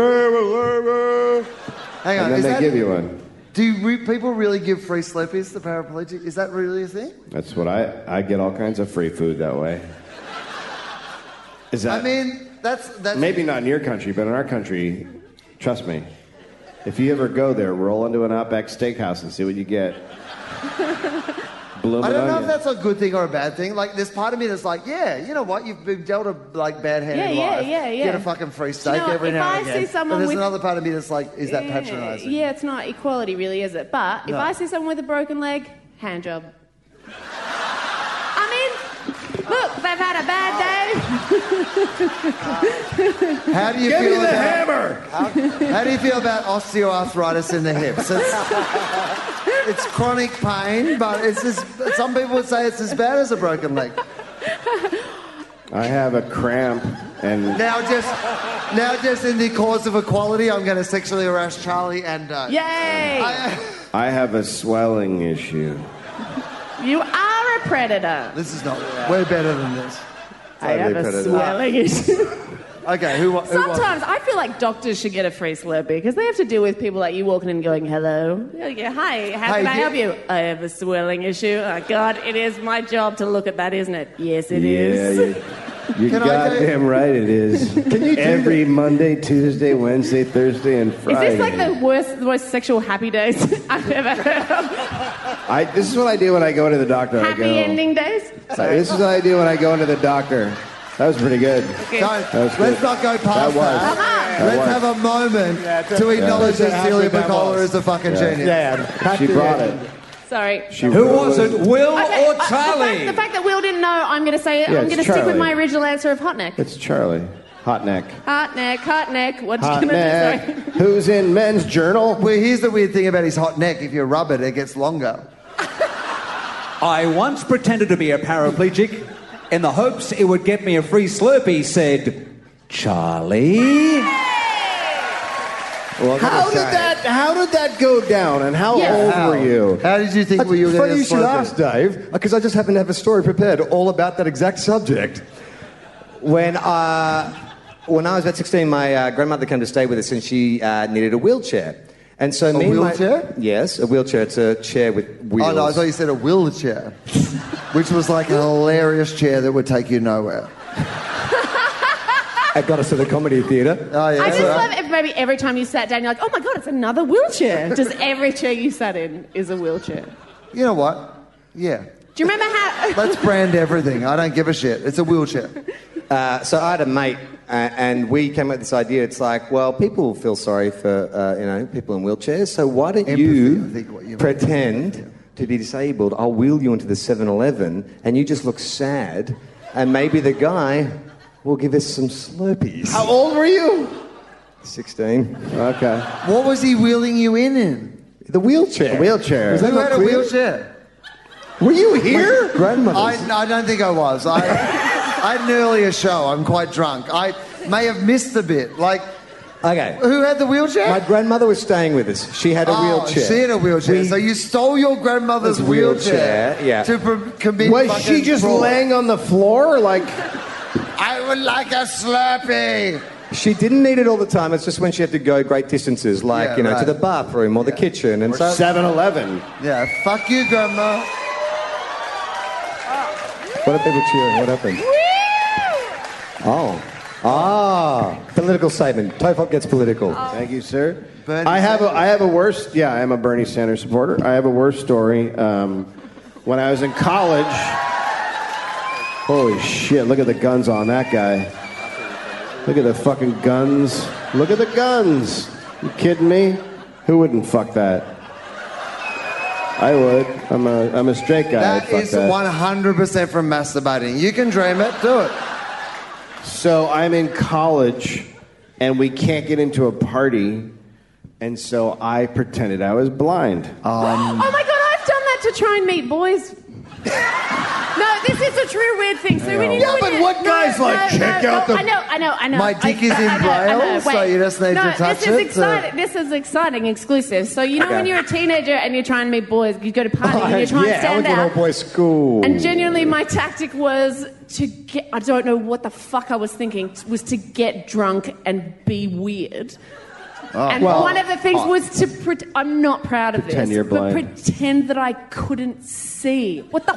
and then
is
they
that,
give you one.
do re- people really give free slurpees to paraplegic? Is that really a thing?
That's what I I get all kinds of free food that way. Is that
I mean, that's that's
maybe not in your country, but in our country, trust me. If you ever go there, roll into an Outback Steakhouse and see what you get. Blooming
I don't know
onion.
if that's a good thing or a bad thing. Like, there's part of me that's like, yeah, you know what? You've been dealt a like bad hand
Yeah,
in
yeah,
life.
yeah, yeah.
Get a fucking free steak
You know,
every
if
now
I
and
see
again.
someone
but there's
with-
another part of me that's like, is that
Yeah.
patronising?
Yeah, it's not equality, really, is it? But if
No.
I see someone with a broken leg, hand job. I mean, look, they've had a bad day.
How do you feel about How, how do you feel about osteoarthritis in the hips? It's, it's chronic pain, but it's as, some people would say it's as bad as a broken leg.
I have a cramp and
Now, just now, just in the cause of equality, I'm going to sexually harass Charlie and. Uh,
Yay!
I have a swelling issue.
you are a predator.
This is not. We're better than this.
I have a swelling issue.
Okay, who, wa- who wants?
Sometimes I feel like doctors should get a free Slurpee because they have to deal with people like you walking in going, hello. Yeah, yeah, hi, how
Hey,
can I
do-
help you? I have a swelling issue. Oh, God, it is my job to look at that, isn't it? Yes, it
yeah,
is.
you, you're
Can I go-
goddamn right it is. Can you Every Monday, Tuesday, Wednesday, Thursday, and
Is
Friday.
this like the worst, the most sexual happy days I've ever heard of?
I, this is what I do when I go to the doctor. I
Happy
go,
ending days?
So this is what I do when I go into the doctor. That was pretty good.
Okay. Uh-huh.
Don't,
That was good.
let's not go
That was.
past that.
That
Let's
was.
have a moment to acknowledge that Celia Bacola is a fucking genius.
Yeah, she brought it.
Sorry.
She
Who
brought
was it, Will
Okay, uh,
or
the fact- The
Charlie?
fact, that Will didn't know, I'm going to say it.
Yeah,
I'm
it's
going to stick with
Charlie.
my original answer of hot neck.
It's Charlie. Hot neck.
Hot neck, hot neck. What's
Hot
going to
neck.
do? Sorry.
Who's in Men's Journal?
Well, here's the weird thing about his hot neck. If you rub it, it gets longer. Oh,
I once pretended to be a paraplegic in the hopes it would get me a free Slurpee, said Charlie.
Well, I gotta
How did
say-
that? How did that go down? And how
Yes.
old
How?
were you?
How did you think
That's
we were going
funny
to
you should ask, Dave, because I just happen to have a story prepared all about that exact subject.
When, uh, when I was about 16, my uh, grandmother came to stay with us and she uh, needed a wheelchair. And so me and my-
wheelchair?
yes, a wheelchair. It's a chair with wheels.
Oh no, I thought you said a wheelchair, which was like a hilarious chair that would take you nowhere.
It got us to the comedy theatre.
Oh yeah,
I
that's
just
all right.
love if maybe every time you sat down, you're like, oh my God, it's another wheelchair. Just every chair you sat in is a wheelchair.
you know what? Yeah,
Do you remember how?
let's brand everything. I don't give a shit. It's a wheelchair.
Uh, so I had a mate, uh, and we came up with this idea. It's like, well, people feel sorry for uh, you know people in wheelchairs, so why don't
Empathy, I think what
you
you meant.
pretend to be disabled? I'll wheel you into the 7-Eleven, and you just look sad, and maybe the guy will give us some Slurpees.
How old were you?
Sixteen.
Okay.
What was he wheeling you in in?
The wheelchair.
Wheelchair.
Who had a wheelchair?
Were you here?
I,
Grandmother.
no, I don't think I was. I, I had an earlier show. I'm quite drunk. I may have missed a bit. Like,
Okay.
who had the wheelchair?
My grandmother was staying with us. She had a
Oh,
wheelchair.
She had a wheelchair.
We-
so you stole your grandmother's
This
wheelchair,
wheelchair, yeah.
to pr- commit.
Was
fucking
she just
fraud.
laying on the floor? Like,
I would like a Slurpee.
She didn't need it all the time. It's just when she had to go great distances, like
Yeah,
you know,
right.
to the bathroom or the kitchen, and so
7 Eleven.
Yeah, fuck you, grandma.
What are people cheering? What happened? Oh. Ah. Political statement. Tofop gets political.
Oh.
Thank you, sir.
Bernie
I have a, I have a worse. Yeah, I am a Bernie Sanders supporter. I have a worse story. Um, when I was in college, holy shit! Look at the guns on that guy. Look at the fucking guns. Look at the guns. You kidding me? Who wouldn't fuck that? I would. I'm a I'm a straight guy. I'd
That
fuck
is
that.
100% from masturbating. You can dream it. Do it.
So I'm in college and we can't get into a party. And so I pretended I was blind.
oh my God, I've done that to try and meet boys. no, this is a true weird thing. So when you
Yeah,
do
but
it-
what guy's like, check out the-
I know, I know, I know.
My
I-
dick is in
I know, I know.
braille, so
Wait.
you just need
no,
to touch
this
it
Is
to-
exciting. This is exciting, exclusive. So you know when you're a teenager and you're trying to meet boys, you go to parties and you try
yeah,
and
I
stand
went to an
out.
old boys school.
And genuinely, my tactic was to get, I don't know what the fuck I was thinking, was to get drunk and be weird. and
Ah, well,
one of the things was to pret I'm not proud of
Pretend
this,
you're
but
blind.
pretend that I couldn't see. What the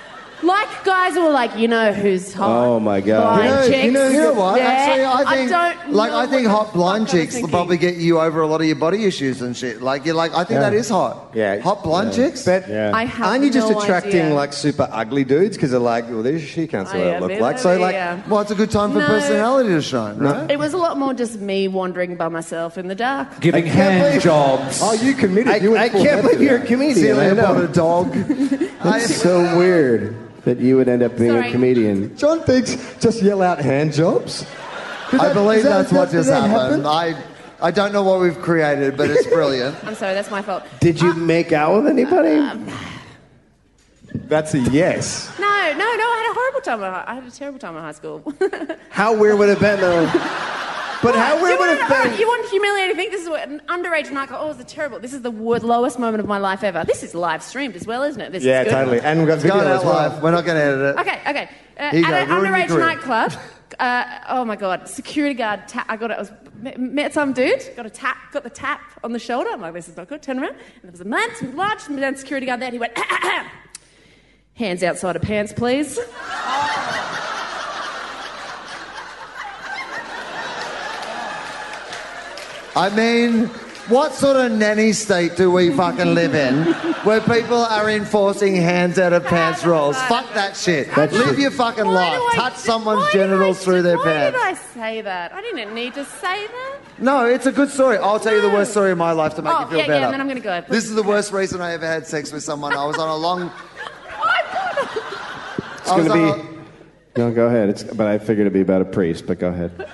Like guys were like, you know who's hot?
Oh, my God.
You
Blind
know,
chicks.
you know, you know what?
Yeah,
Actually, I think
don't
like
know
I think
what the
hot blonde
fuck I was
chicks will
thinking.
probably get you over a lot of your body issues and shit. Like you're like, I think that is hot.
Yeah.
hot blonde chicks.
But
Yeah.
I have
aren't you just
no
attracting
idea.
like super ugly dudes? Because they're like, well, there's she can't see what
I
it looked
am,
like. So like,
yeah.
well, it's a good time for
No.
personality to shine, right?
It was a lot more just me wandering by myself in the dark.
Giving hand jobs.
oh, you committed.
I,
you went
I
full
can't
head to
believe you're a
that.
comedian. I
bought a
know.
dog. I
It's so weird that you would end up being
Sorry.
a comedian.
John thinks just yell out hand jobs.
I
that-
believe
is that-
that's
that-
what
did
just
that
happened. I, I don't know what we've created, but it's brilliant.
I'm sorry, that's my fault.
Did you make out with anybody?
Uh,
That's a yes.
No, no, no. I had a horrible time. At high, I had a terrible time in high school.
How weird would it have been though? But how
Do
weird
you,
would it
want,
have
to-
been?
you want humiliating thing? This is what, an underage night. Oh, it was terrible. This is the wo- lowest moment of my life ever. This is live streamed as well, isn't it? This
Yeah,
is good.
totally. And we've got
It's
video
going
as
out
well.
live. We're not going to edit it.
Okay, okay. Uh,
Here you
at
go,
an
ruin your
underage
career.
nightclub. Uh, oh my god, security guard. Ta- I got it. I was met- met some dude. Got a tap. Got the tap on the shoulder. I'm like, this is not good. Turn around. And there was a man, some large man security guard there. And he went, hands outside of pants, please.
I mean, what sort of nanny state do we fucking live in where people are enforcing hands out of pants rules? Fuck that shit. Live your fucking
Why
life.
do I-
Touch someone's
why did
genitals
I-
through their pants.
Why did I say that? I didn't need to say that.
No, it's a good story. I'll tell you the worst story of my life to make
Oh,
you feel
yeah, yeah,
better.
and then I'm gonna go.
This is the worst reason I ever had sex with someone. I was on a long.
It's going to be. No, go ahead. It's, but I figured it'd be about a priest. But go ahead.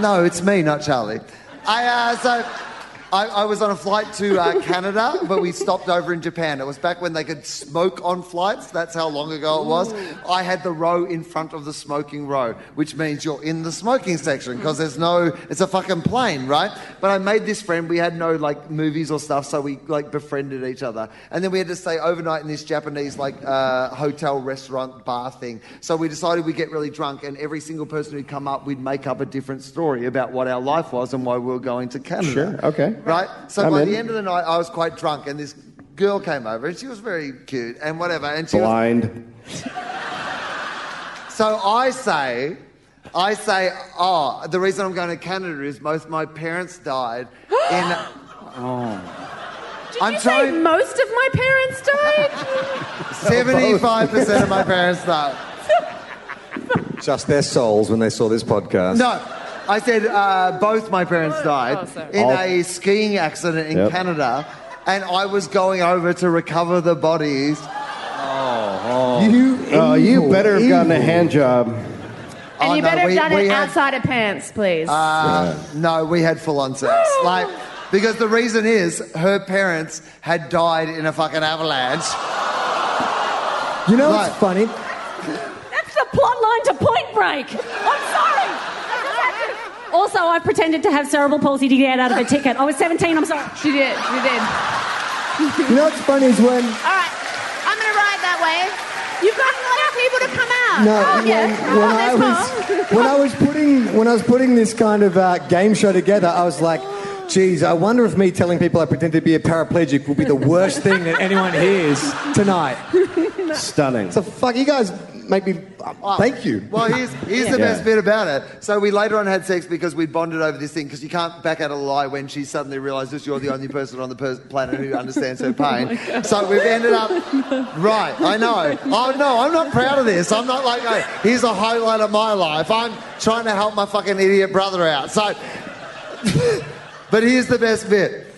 No, it's me, not Charlie. I uh, so I, I was on a flight to uh, Canada, but we stopped over in Japan. It was back when they could smoke on flights. That's how long ago it was. I had the row in front of the smoking row, which means you're in the smoking section because there's no, it's a fucking plane, right? But I made this friend. We had no like movies or stuff, so we like befriended each other. And then we had to stay overnight in this Japanese like uh, hotel, restaurant, bar thing. So we decided we'd get really drunk, and every single person who'd come up, we'd make up a different story about what our life was and why we were going to Canada
Sure, okay.
right? So
I'm
by
in.
the end of the night, I was quite drunk, and this girl came over, and she was very cute and whatever. And she was,
Blind.
so I say, I say, oh, the reason I'm going to Canada is both my parents died in.
Did
I'm
you say
trying-
most of my parents died?
Seventy-five percent of my parents died.
Just their souls when they saw this podcast.
No. I said uh, both my parents died
Oh, sorry.
in
All-
a skiing accident in
Yep.
Canada, and I was going over to recover the bodies.
You,
Oh, you
evil,
better have gotten a
evil.
hand job.
and
Oh,
you
no,
better
we-
have done
we
it
had-
outside of pants, please.
Uh, no, we had full on sex. like, because the reason is her parents had died in a fucking avalanche.
You know
Right.
what's funny?
That's the plot line to Point Break. I'm sorry. I just had to- Also, I pretended to have cerebral palsy to get out of a ticket. I was 17, I'm sorry.
she did. She did.
You know what's funny is when
All right. I'm going to ride that way. You've got to allow people to come out.
No,
oh,
when,
yeah.
when
oh,
I
there's
was
more.
when I was putting when I was putting this kind of uh, game show together, I was like, "Geez, I wonder if me telling people I pretend to be a paraplegic will be the worst thing that anyone hears tonight."
Stunning.
So fuck, you guys make me. uh, thank you.
Well, here's, here's the
Yeah.
best bit about it. So we later on had sex because we bonded over this thing because you can't back out of a lie when she suddenly realizes you're the only person on the pers- planet who understands
Oh
her pain. so we've ended up. Right, I know. Oh, no, I'm not proud of this. I'm not like, oh, here's a highlight of my life. I'm trying to help my fucking idiot brother out. So, but here's the best bit.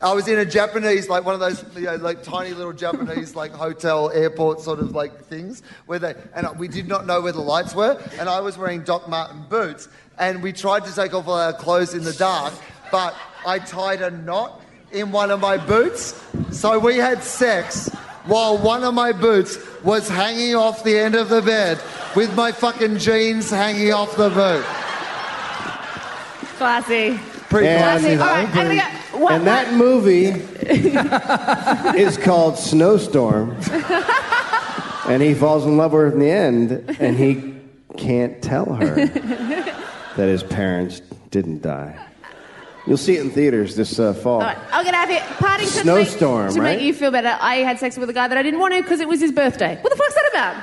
I was in a Japanese, like one of those, you know, like tiny little Japanese, like hotel, airport sort of like things, where they, and we did not know where the lights were, and I was wearing Doc Martin boots, and we tried to take off all our clothes in the dark, but I tied a knot in one of my boots, so we had sex while one of my boots was hanging off the end of the bed with my fucking jeans hanging off the boot.
Classy.
Pretty
And-
Classy.
classy, though.
All right. I'm going to go. What?
and that movie is called Snowstorm. and he falls in love with her in the end, and he can't tell her that his parents didn't die. You'll see it in theaters this uh, fall.
All right, I'm gonna have it. Paddington.
Snowstorm,
make, to
right?
make you feel better. I had sex with a guy that I didn't want to because it was his birthday. What the fuck's that about?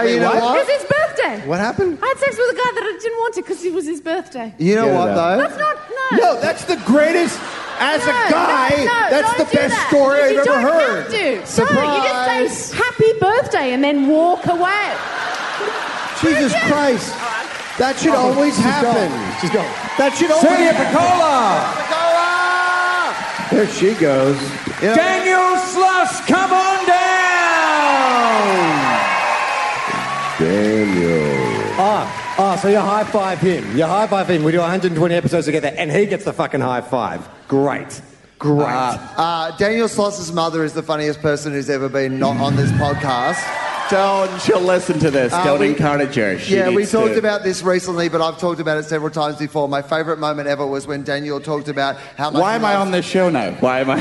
Hey, you know
It was
what?
his birthday.
What happened?
I had sex with a guy that I didn't want to because it was his birthday.
You know
Get it
what,
out.
though?
That's not no.
No, that's the greatest. As
No,
a guy,
no, no,
that's the
don't do
best
that.
story
Because you
I've ever
don't
heard.
Have to. No, you
Surprise!
just say happy birthday and then walk away.
Jesus Christ! That should always happen.
She's gone.
That should always.
Sonia
happen.
Piccola,
There she goes. You know,
Daniel Sloss, come on down.
Daniel.
Ah, ah. So you high five him. You high five him. We do 120 episodes together, and he gets the fucking high five. Great. Great.
Uh, Daniel Sloss's mother is the funniest person who's ever been not on this podcast. Don't.
She'll listen to this.
Uh,
Don't
we-
encourage her. She
yeah, we
needs to-
talked about this recently, but I've talked about it several times before. My favourite moment ever was when Daniel talked about how much
Why
he
am I
loves-
on this show now? Why am I?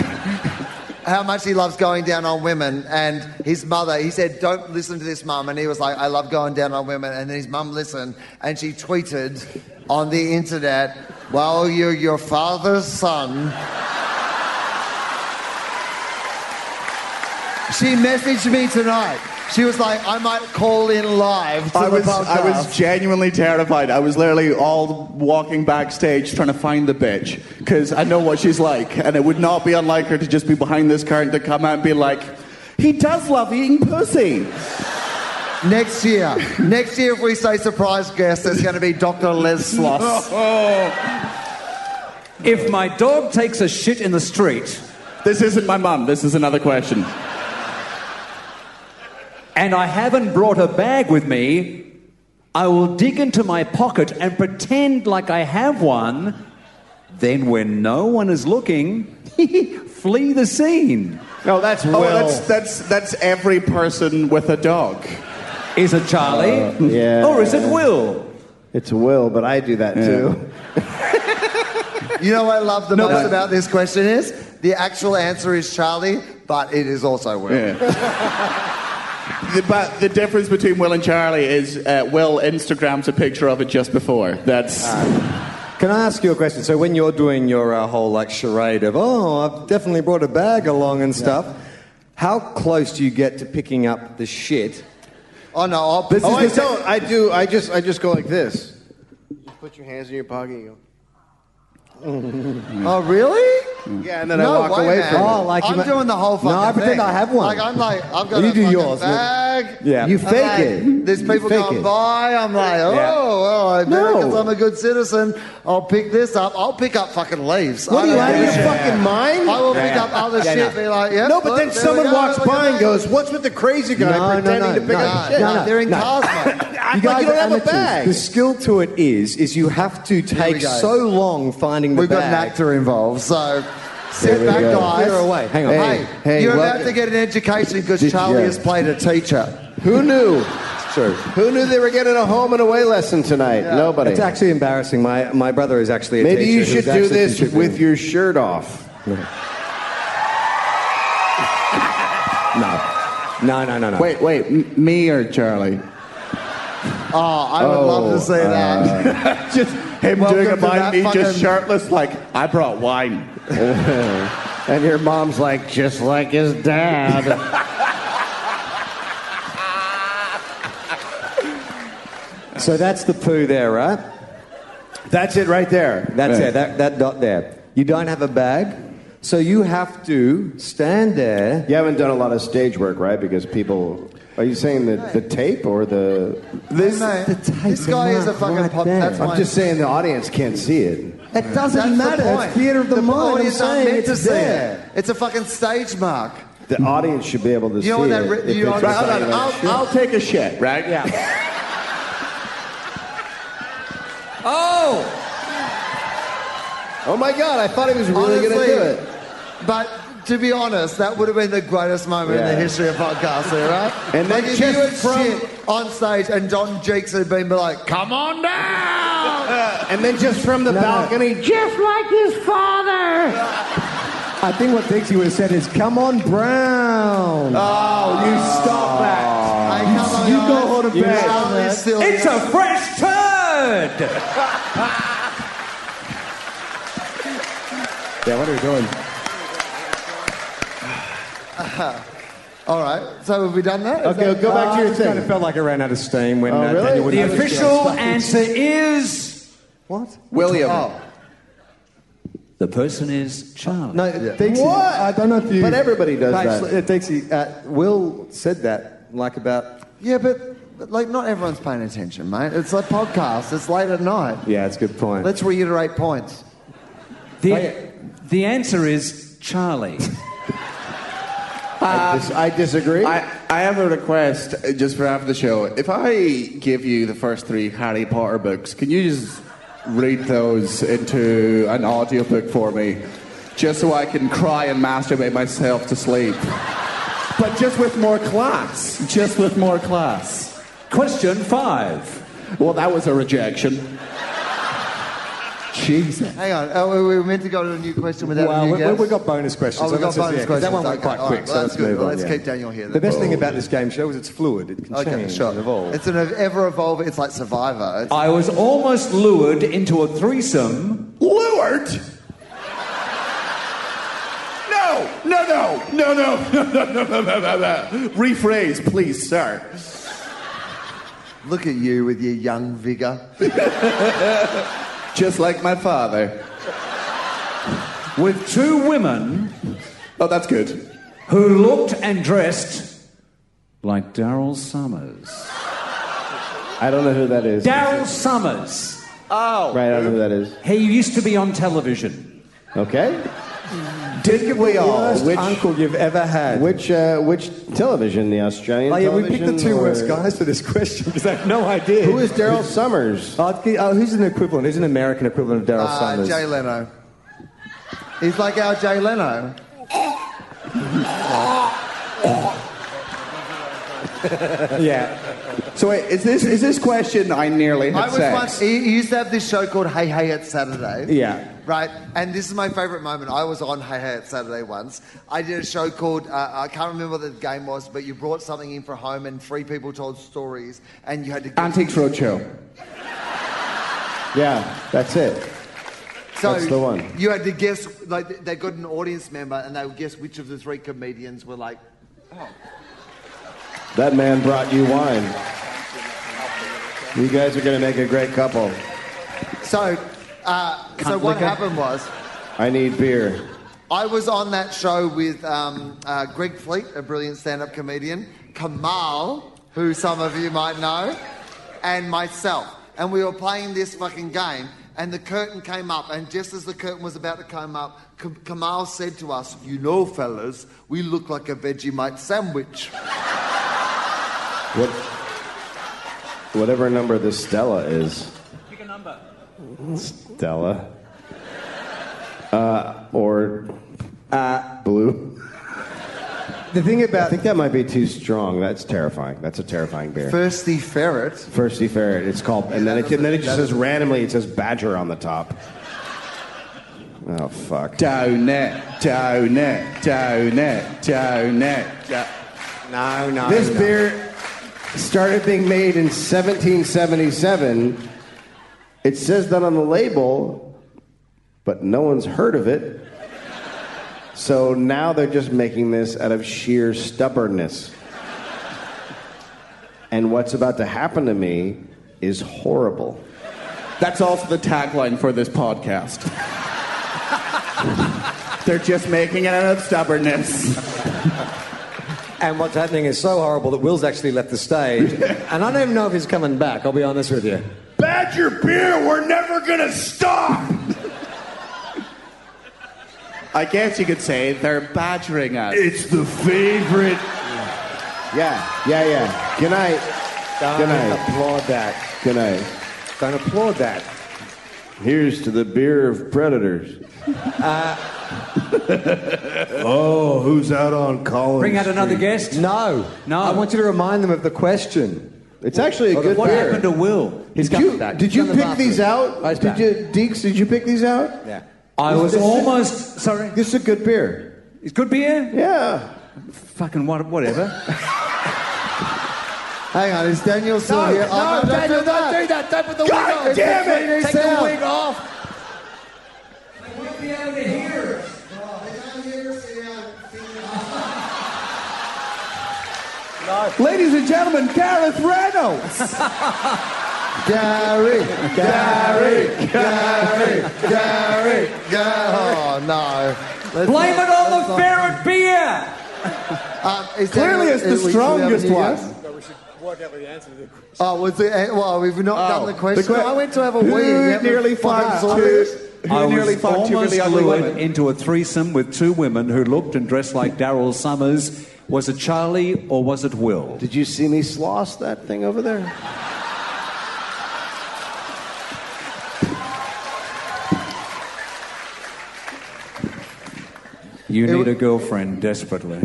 how much he loves going down on women. And his mother, he said, Don't listen to this, mum. And he was like, I love going down on women. And then his mum listened and she tweeted on the internet, Well, you're your father's son. she messaged me tonight. She was like, I might call in live. To
I was
the podcast.
I was genuinely terrified. I was literally all walking backstage trying to find the bitch because I know what she's like, and it would not be unlike her to just be behind this curtain to come out and be like, "He does love eating pussy."
Next year, next year, if we say surprise guest, it's going to be Dr. Les Sloss.
If my dog takes a shit in the street
This isn't my mum. This is another question.
and I haven't brought a bag with me, I will dig into my pocket and pretend like I have one Then, when no one is looking, flee the scene.
No, that's
Oh, that's that's that's every person with a dog.
Is it Charlie?
Uh, yeah.
Oh,
Or is it Will?
It's Will, but I do that too.
You know what I love the
No,
most
but-
about this question is the actual answer is Charlie, but it is also Will.
The- but the difference between Will and Charlie is uh, Will Instagrams a picture of it just before. That's
Ah. Can I ask you a question? So when you're doing your uh, whole like charade of oh, I've definitely brought a bag along and stuff, how close do you get to picking up the shit?
Oh no, I'll,
This
Oh, I
is the
don't. I do. I just. I just go like this. You put your hands in your pocket. And you
oh really?
go, yeah, and then
no
I walk
way,
away
man.
from it.
Oh, like you
I'm
ma-
doing the whole
No,
fucking
I pretend
thing.
I have one.
Like I'm like I've got
You
a
do
fucking
yours, look.
bag.
Yeah. You
I'm
fake
like,
it.
There's
You
people
fake
going
it.
by. I'm like, oh,
Yeah.
well, I better
No.
because I'm a good citizen. I'll pick this up. I'll pick up fucking leaves.
What
I
are you
don't
out of
give
your
a shit.
fucking mind?
I will pick up other
Yeah,
shit.
no.
Be like, yeah.
no, but
look,
then
there
someone
we go,
walks
look at
by and
that.
goes, "What's with the crazy guy
No, no,
pretending
no,
to pick
no,
up
No,
shit?"
no, no.
they're in cars, mate.
You
guys
don't
are
have
amateurs.
a bag.
The skill to it is is you have to
we
take
go.
so long finding the
We've got an
bag.
actor involved, so sit
we
back,
go.
guys.
Clear away. Hang on.
Hey,
Hey, hey,
you're
welcome.
about to get an education because
Did-
Charlie
yeah.
has played a teacher.
Who knew?
It's true.
Who knew they were getting a home and away lesson tonight? Nobody.
It's actually embarrassing. My my brother is actually a
Maybe
teacher
you
who's
should do
actually
this
contributing.
with your shirt off.
No, no, no, no.
wait, wait, m- me or Charlie?
Oh, I would love to see
uh,
that.
Just him
Oh, Welcome
doing a
to
mind
that
me just
fucking-
shirtless, like I brought wine.
And your mom's like, just like his dad.
So that's the poo there, right?
That's it right there.
That's it. That, that dot there. You don't have a bag, so you have to stand there.
You haven't done a lot of stage work, right? Because people. Are you saying the, the tape or the.
This, this guy is a fucking
right
pop.
there.
That's
I'm
my
I'm just saying the audience can't see it.
It doesn't
That's
matter.
the
it's
point.
theater of the, mind. I'm
audience aren't
saying
meant
it's
to see
there.
it. It's a fucking stage mark.
The audience should be able to
You know
see
what that
it.
written-
if
you
it's
know-
Right, hold
decided
on.
on
I'll, I'll take a shit, right? Yeah.
Oh,
shit. Oh my god, I thought he was really going to do it.
But to be honest, that would have been the greatest moment in
Yeah.
the history of podcasting, right?
And
like
then
if you had
just from-
shit on stage and Don Jeeks had been like, "Come on down."
And then just from the balcony, just like his father.
I think what Dixie would have said is, "Come on, Brown." Oh.
Oh, you stop that.
Hey, come on,
you
guys.
go hold a
You're
bag.
out there still
It's a fresh turd!
Yeah, what are we doing?
All right. So have we done that? Is
Okay,
that- Uh,
go back to
I
your
just kind of
thing.
felt like I ran out of steam when
Oh,
uh,
really?
Daniel
The
wouldn't let us go.
official answer is.
What?
William.
Oh,
The person is Charlie.
No, Dixie.
What?
I don't know if you.
But everybody does
Actually,
that.
uh, Dixie, uh, Will said that like about.
yeah, but, but like not everyone's paying attention, mate. It's a podcast. It's late at night.
Yeah, it's a good point.
Let's reiterate points.
The, the answer is Charlie.
I, dis- I disagree.
Um, I, I have a request uh, just for after the show. If I give you the first three Harry Potter books, can you just read those into an audiobook for me? Just so I can cry and masturbate myself to sleep. But just with more class. Just with more class.
Question five.
Well, that was a rejection. Jesus.
Hang on, oh, we were meant to go to a new question without
well,
a new
we,
guest.
we got bonus questions.
oh, we
so
got
that's just-
bonus
yeah, 'cause
questions.
That one went
okay,
quite
all
quick,
right,
so
well,
let's
that's good.
move
Well,
on.
let's
yeah.
keep Daniel here.
The
then.
best thing about this game show is it's fluid. It can
Okay,
change and
sure.
evolve.
It's an ever evolving. It's like Survivor. It's-
I was almost lured into a threesome.
Lured? No, no, no, no, no, no, no, no, no, no, no, no. Rephrase, please, sir.
Look at you with your young vigor.
Just like my father.
With two women
Oh, that's good.
who looked and dressed like Daryl Summers.
I don't know who that is.
Daryl Summers.
Right, I don't know who that is.
He used to be on television.
Okay.
Didn't we all?
Worst
Which,
uncle you've ever had.
Which uh, which television? The Australian.
oh, yeah, we picked the
television
two
or-
worst guys for this question because I have no idea.
Who is Daryl Summers?
Oh, I'd- oh, who's an equivalent? Who's an American equivalent of Daryl
Uh,
Summers?
Jay Leno. He's like our Jay Leno.
yeah. So wait, is this is this question I nearly had
I was
sex?
once. He he used to have this show called Hey Hey It's Saturday.
Yeah.
Right, and this is my favourite moment. I was on Hey Hey It's Saturday once. I did a show called uh, I can't remember what the game was, but you brought something in for home, and three people told stories, and you had to. guess-
Antiques Roadshow.
Yeah, that's it.
So
That's the one.
You had to guess. Like they got an audience member, and they would guess which of the three comedians were like. oh.
That man brought you wine. You guys are going to make a great couple.
So, uh, so what
liquor.
happened was.
I need beer.
I was on that show with um, uh, Greg Fleet, a brilliant stand up comedian, Kamal, who some of you might know, and myself. And we were playing this fucking game, and the curtain came up. And just as the curtain was about to come up, K- Kamal said to us, You know, fellas, we look like a Vegemite sandwich.
What, whatever number this Stella is.
Pick a number.
Stella. Uh, or uh, blue.
The thing
I
about
think that might be too strong. That's terrifying. That's a terrifying beer.
Thirsty ferret.
Thirsty ferret. It's called, and then it, and then it just says randomly. It says badger on the top. Oh fuck.
Down it, down it, down it, down it. da-
No, no.
This
no.
beer started being made in 1777. It says that on the label, but no one's heard of it. So now they're just making this out of sheer stubbornness. And what's about to happen to me is horrible.
That's also the tagline for this podcast. They're just making it out of stubbornness.
And what's happening is so horrible that Will's actually left the stage. and I don't even know if he's coming back, I'll be honest with you.
Badger beer, we're never gonna stop. I guess you could say they're badgering us. It's the favorite.
Yeah, yeah, yeah. Good night. Good night.
applaud that.
Good night.
Don't applaud that.
Here's to the beer of predators. oh, who's out on Collins?
Bring out another guest.
No.
No.
I want you to remind them of the question.
It's actually a good
What
beer.
happened to Will?
He's
Did
coming
you,
back.
did
He's
you
in the
pick
bathroom.
these out?
Oh, he's
did
back.
you, Deeks? Did you pick these out?
Yeah.
I was
This is-
almost sorry.
This is a good beer.
It's good beer.
Yeah.
Fucking what, whatever.
Hang on, is Daniel still
No,
here? Oh,
no, Daniel,
do that. do that. Don't put the God
wig on.
damn it!
Take the wig
off.
Ladies and gentlemen, Gareth Reynolds.
Gary, Gary, Gary, Gary, Gary. Oh no! Let's
Blame
not-
it on
let's
the ferret
not-
beer.
Um, is
Clearly,
Daniel-
it's the
is- we- do we have
strongest
any
one.
guess? Oh, was it, eh, well, we've not done the question.
Oh, que-
I went to have a
Who
wee. and that
nearly
was fucking
fucked
solid.
two?
I
Who nearly
was
fucked two
almost
really ugly
lured
women?
into a threesome with two women who looked and dressed like Daryl Summers. Was it Charlie or was it Will?
Did you see me sloss that thing over there?
You need a girlfriend desperately.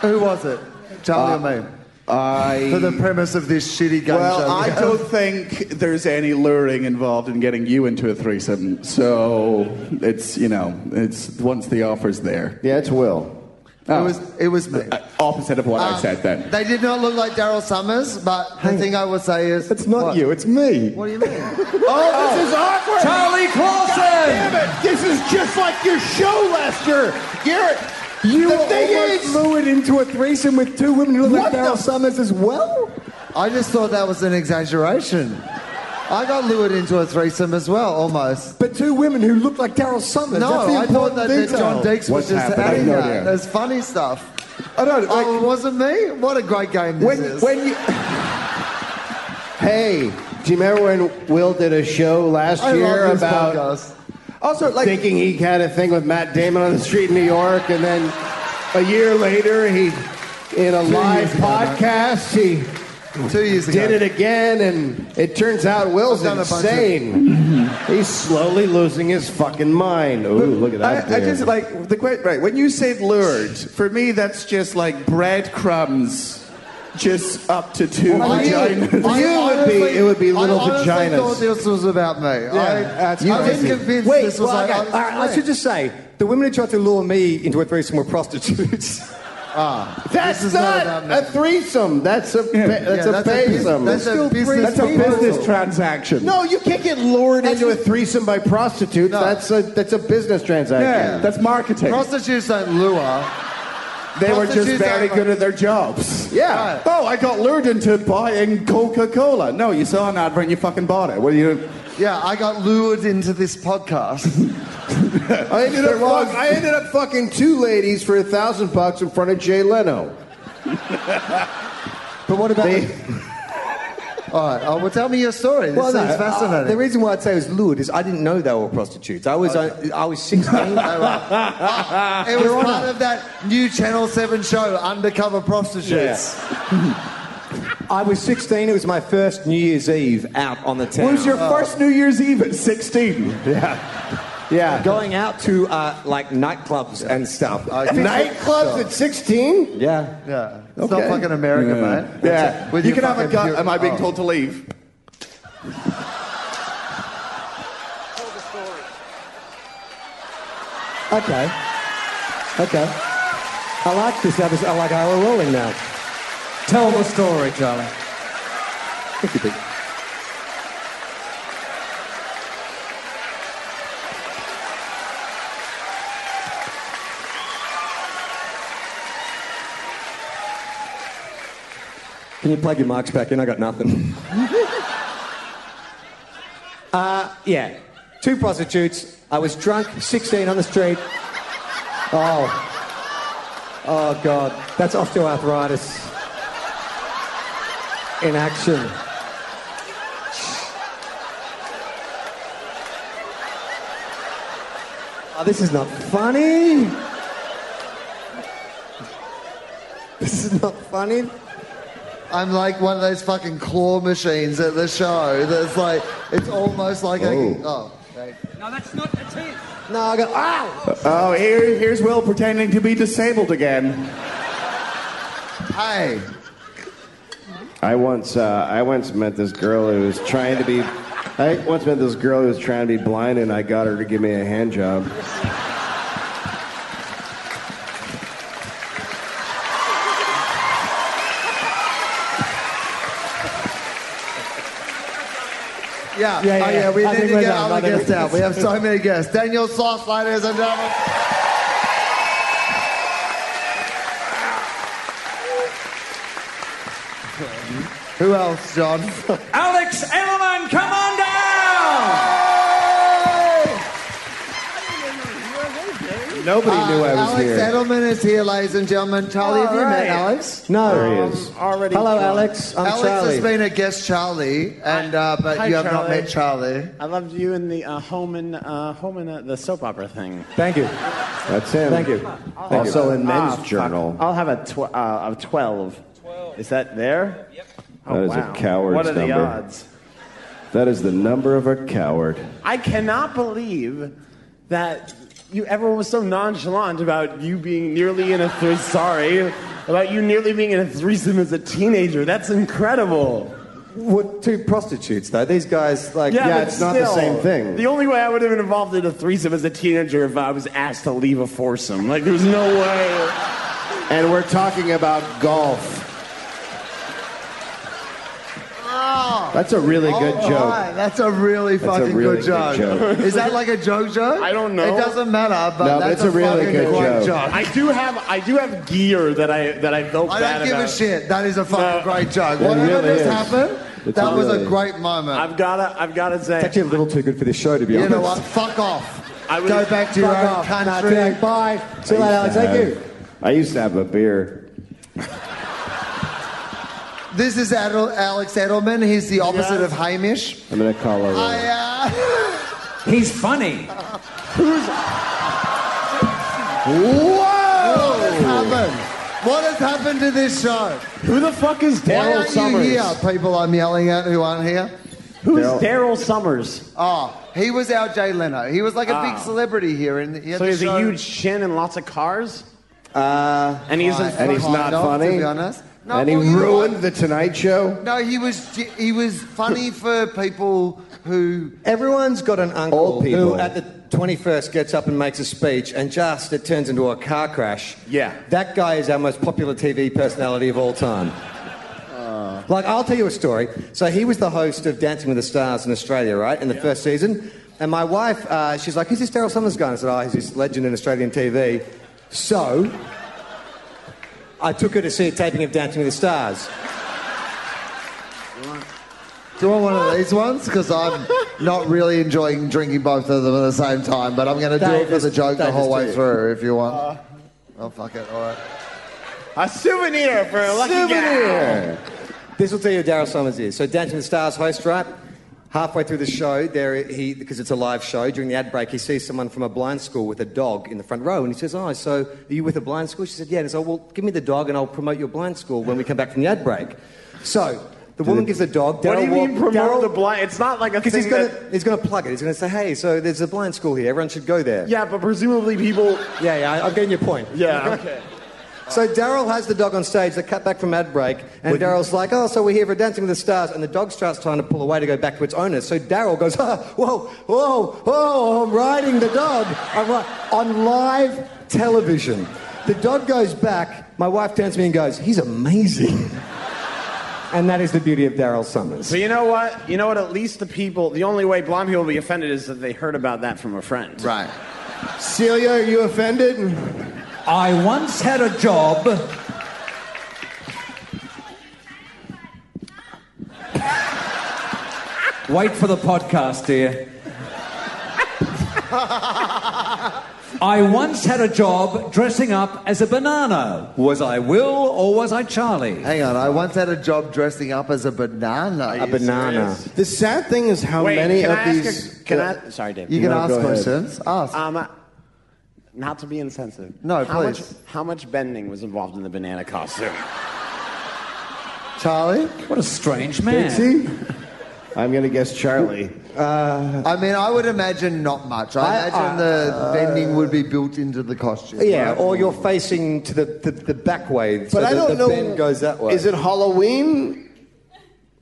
Who was it? Charlie or me?
Uh, I
For the premise of this shitty game show.
Well,
we
I
have.
don't think there's any luring involved in getting you into a threesome. So it's you know it's once the offer's there.
Yeah, it's Will.
Oh.
It was. It was me.
Uh, opposite of what I
Um,
said then.
They did not look like Daryl Summers, but the thing I would say is
It's not
What?
you, it's me.
What do you mean?
Oh, this is awkward.
Charlie Clausen!
it. This is just like your show last year. Garrett,
You
the
were
thing
almost
is,
lured into a threesome with two women who look like
What the-
Daryl Summers as well?
I just thought that was an exaggeration. I got lured into a threesome as well, almost.
But two women who look like Daryl Summers.
No,
That's the
I thought
important
that, that
detail.
John
What's
Deeks was just
happened? I
adding
have no
that.
idea.
That's funny stuff.
I don't. Like,
oh, it wasn't me? What a great game this
when,
is.
when you. Hey, do you remember when Will did a show last
I
year
love this
about
podcast.
also, like,
thinking he had a thing with Matt Damon on the street in New York, and then a year later, he, in a live
years ago,
podcast, he
Two years ago.
Did it again, and it turns out Will's
I've done a bunch of-
insane. He's slowly losing his fucking mind. Ooh, look at that.
I, I just
dude.
like the que- right when you say lured. For me, that's just like breadcrumbs, just up to two
Well, I knew-
vaginas.
I honestly- I honestly thought
vaginas.
this was about me. I,
that's
you
crazy.
didn't convince
Wait,
this was
well,
like,
okay,
I was
all right, I should just say the women who tried to lure me into a threesome were prostitutes.
Ah,
That's not, a threesome. That's a pa- that's
Yeah,
a
that's a
paysome.
business- that's a Still business
That's a business transaction.
No, you can't get lured into a threesome by prostitutes. That's a that's a business transaction.
Yeah, that's marketing.
Prostitutes don't lure.
They were just
Prostitutes
very
are-
good at their jobs.
Yeah.
Oh, I got lured into buying Coca Cola. No, you saw an advert and you fucking bought it. What do you?
Yeah, I got lured into this podcast.
I ended up fuck, I ended up fucking two ladies for a thousand bucks in front of Jay Leno.
But what about
They-
All right, oh, well, tell me your story. This
no,
is
uh, the
fascinating.
reason why I'd say it was lured is I didn't know they were prostitutes. I was uh, I, I was 16.
Oh, it was part of that new Channel 7 show, Undercover Prostitutes.
I was 16. It was my first New Year's Eve out on the town. Oh.
It was your first New Year's Eve at 16.
Yeah.
going out to uh, like nightclubs and stuff.
Nightclubs at 16?
yeah.
Yeah. It's
Okay.
not fucking America, mate.
Yeah.
With
you
your
can have a
fucking
gun.
pure-
Am I being
oh.
told to leave?
Okay. Okay. I like this. I, just, I like how we're rolling now.
Tell the story, Charlie.
Thank you, Pete. Can you plug your marks back in? I got nothing. uh, yeah, two prostitutes. I was drunk, 16 on the street. Oh, oh God, that's osteoarthritis in action. Oh, this is not funny. This is not funny.
I'm like one of those fucking claw machines at the show that's like, it's almost like I can. Oh. okay.
No, that's not the teeth.
No, I go,
ah!
ow!
Oh, here, here's Will pretending to be disabled again.
Hey,
I once uh, I once met this girl who was trying to be I once met this girl who was trying to be blind and I got her to give me a hand job.
Yeah,
yeah,
yeah,
oh,
yeah.
yeah. We
I
need
think
to
we're
get
done.
other
I think
guests
we're
out. We have so many guests. Daniel Soft, ladies and gentlemen. Who else, John?
Alex Ellerman, come on down!
Nobody knew I was
Uh, Alex
here.
Edelman is here, ladies and gentlemen. Charlie, have you met
Alright.
Alex?
No.
There he is.
Already Hello, Alex. I'm
Alex
Charlie.
has been a guest, Charlie, and uh, but
Hi,
you have not
Charlie.
met Charlie.
I loved you in the uh, Homan, uh, Homan, uh, the soap opera thing.
Thank you.
That's him.
Thank you. Ah,
Also in Men's
fuck.
Journal.
I'll have a, tw- uh, a 12. 12. Is that there? Yep.
Oh,
That is a coward's
What are the
number.
odds?
That is the number of a coward.
I cannot believe that you everyone was so nonchalant about you being nearly in a threesome. Sorry, about you nearly being in a threesome as a teenager. That's incredible.
What, two prostitutes, though. These guys, like,
Yeah, but
it's not the
still,
same thing.
The only way I would have been involved in a threesome as a teenager if I was asked to leave a foursome. Like, there's no way.
And we're talking about golf. That's a really good
All
joke.
right, Oh, that's a really
That's a
fucking
really
good,
good
joke.
joke.
Is that like a joke joke?
I don't know.
It doesn't matter, but
No, but it's
that's
a really
fucking
good
great
joke.
I do have I do have gear that I that I felt
I
bad
don't give
about.
a shit. That is a fucking
No.
great joke.
It
Whatever
really
just
is.
happened,
It's
that was a
really-
great moment.
I've gotta I've gotta say
actually a little too good for this show, to be
you
honest.
know what? Fuck off.
I would-
Go back to your
Fuck
own
off. Nah,
country.
thank- Bye. See you later, Alex. Thank you.
I used to have a beer.
This is Adel- Alex Edelman. He's the opposite of Hamish.
I'm gonna call her.
I, uh,
He's funny.
What just happened? What has happened to this show? Who the fuck is Why
Daryl
aren't
Summers?
you here, people I'm yelling at who aren't here?
Who is Daryl-
Daryl Summers? Oh, he was our Jay Leno. He was like a big
Ah.
celebrity here. In the, he had
So
the
he has a
show.
huge chin and lots of cars?
Uh,
And he isn't
and he's
funny.
not
Kind of,
funny.
to be honest.
No,
and he
well, you know
ruined the Tonight Show.
No, he was he was funny for people who.
Everyone's got an uncle
Old people.
who, at the 21st, gets up and makes a speech, and just it turns into a car crash.
Yeah.
That guy is our most popular TV personality of all time.
Uh.
Like, I'll tell you a story. So he was the host of Dancing with the Stars in Australia, right, in the first season. And my wife, uh, she's like, who's this Daryl Summers guy? And I said, oh, he's this legend in Australian TV. So I took her to see a taping of Dancing with the Stars.
Do you want one of these ones? Because I'm not really enjoying drinking both of them at the same time, but I'm going to do it for
Davis-
the joke the
Davis,
whole
do
way
it.
through if you want.
Uh.
oh, fuck it. All right.
A souvenir for a
lucky gal.
This will tell you who Daryl Summers is. So Dancing with the Stars host, right? Halfway through the show, there he because it's a live show. During the ad break, he sees someone from a blind school with a dog in the front row, and he says, "Oh, so are you with a blind school?" She said, "Yeah." And he said, "Well, give me the dog, and I'll promote your blind school when we come back from the ad break." So the woman gives the dog.
What do
Daryl
you mean
walk-
promote the blind? It's not like a
Because
thing
he's gonna
that...
he's gonna plug it. He's gonna say, "Hey, so there's a blind school here. Everyone should go there."
Yeah, but presumably people...
Yeah, yeah, I- I'm getting your point.
Yeah, okay.
So Daryl has the dog on stage. They cut back from ad break, and Daryl's like, "Oh, so we're here for Dancing with the Stars," and the dog starts trying to pull away to go back to its owner. So Daryl goes, ah, "Whoa, whoa, whoa! I'm riding the dog. I'm ri- on live television." The dog goes back. My wife turns to me and goes, "He's amazing." and that is the beauty of Daryl Summers.
So you know what? You know what? At least the people... The only way blind people will be offended is that they heard about that from a friend.
Right.
Celia, are you offended?
I once had a job. Wait for the podcast, dear. I once had a job dressing up as a banana. Was I Will or was I Charlie?
Hang on. I once had a job dressing up as a banana. A
banana.
The sad thing is how
Wait,
many
can
of
I ask
these.
a- can I- sorry, Dave.
You can
No, go
ask
ahead.
questions. Ask.
Um, uh, not to be insensitive.
No,
how
please.
Much, how much bending was involved in the banana costume?
Charlie?
What a strange
Dixie? I'm going to guess Charlie.
Uh, I mean, I would imagine not much. I,
I-
imagine
uh,
the bending would be built into the costume.
Yeah,
right?
or you're facing to the, the, the back way, so
But I
the,
don't
the
know-
bend goes that way.
Is it Halloween?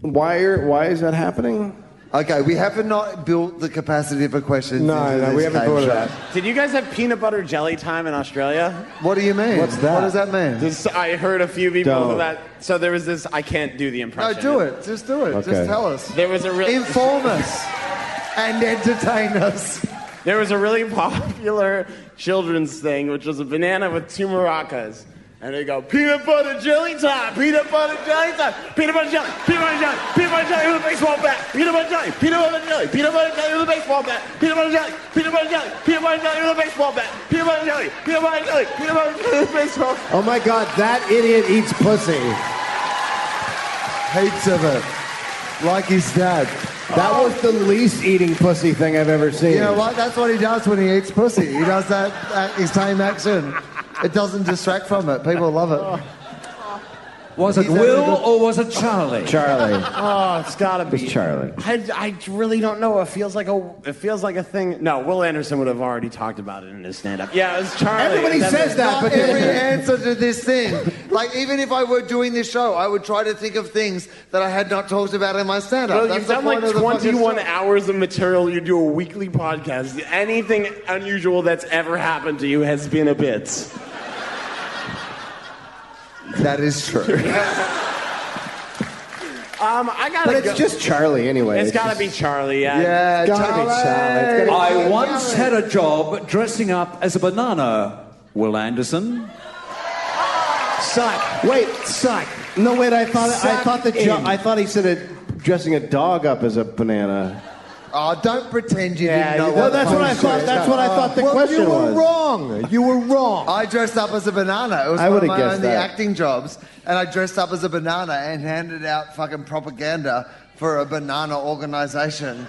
Why are, Why is that happening?
Okay, we have not built the capacity for questions. into this game show.
Did you guys have peanut butter jelly time in Australia?
What do you mean?
What's that?
What does that mean?
This, I heard a few people
Don't.
that. So there was this. I can't do the
No,
impression.
do it. Just do it.
Okay.
Just tell us.
There was a real
Inform us and entertain us.
There was a really popular children's thing, which was a banana with two maracas. And they go, peanut butter jelly time, peanut butter jelly time, peanut butter jelly, peanut butter jelly, peanut butter jelly with a baseball bat, peanut butter jelly, peanut butter jelly, peanut butter jelly with a baseball bat, peanut butter jelly, peanut butter jelly, peanut butter jelly with a baseball bat, peanut butter jelly, peanut butter jelly, peanut butter jelly with a baseball bat.
Oh my God, that idiot eats pussy.
Hates of it. Like his dad.
That was the least eating pussy thing I've ever seen.
You know what? That's what he does when he eats pussy. He does that, that his same action. It doesn't distract from it. People love it.
Was it
He's having
Will
a good-
or was it Charlie?
Charlie.
Oh, it's gotta
It's Charlie.
I, I really don't know. It feels like a it feels like a thing. No, Will Anderson would have already talked about it in his stand-up. Yeah, it was Charlie.
Everybody
That's
says
it.
that,
Not every answer to this thing. Like even if I were doing this show, I would try to think of things that I had not talked about in my stand-up.
Well,
That's
you've
the
done
point
like
of the fucking
21
show.
hours of material. You do a weekly podcast. Anything unusual that's ever happened to you has been a bit.
That is true.
Um, I gotta.
But it's
go-
just Charlie anyway.
It's
It's
gotta
just-
be Charlie. Yeah.
Yeah, It's gotta be Charlie. Charlie. It's gotta be
I once had a job dressing up as a banana. Will Anderson?
Suck. Wait, suck. No, wait. I thought I
Suck
thought the jo-
in.
I thought he said it, dressing a dog up as a banana.
Oh, don't pretend you
Yeah,
didn't know
you-
what
no, that's
the
what I
punchline
thought-
is.
that's what I thought the
well,
question
you were
was.
wrong. You were wrong. I dressed up as a banana. It was
I
one of
would've
my
guessed
only
that.
acting jobs, and I dressed up as a banana and handed out fucking propaganda for a banana organization.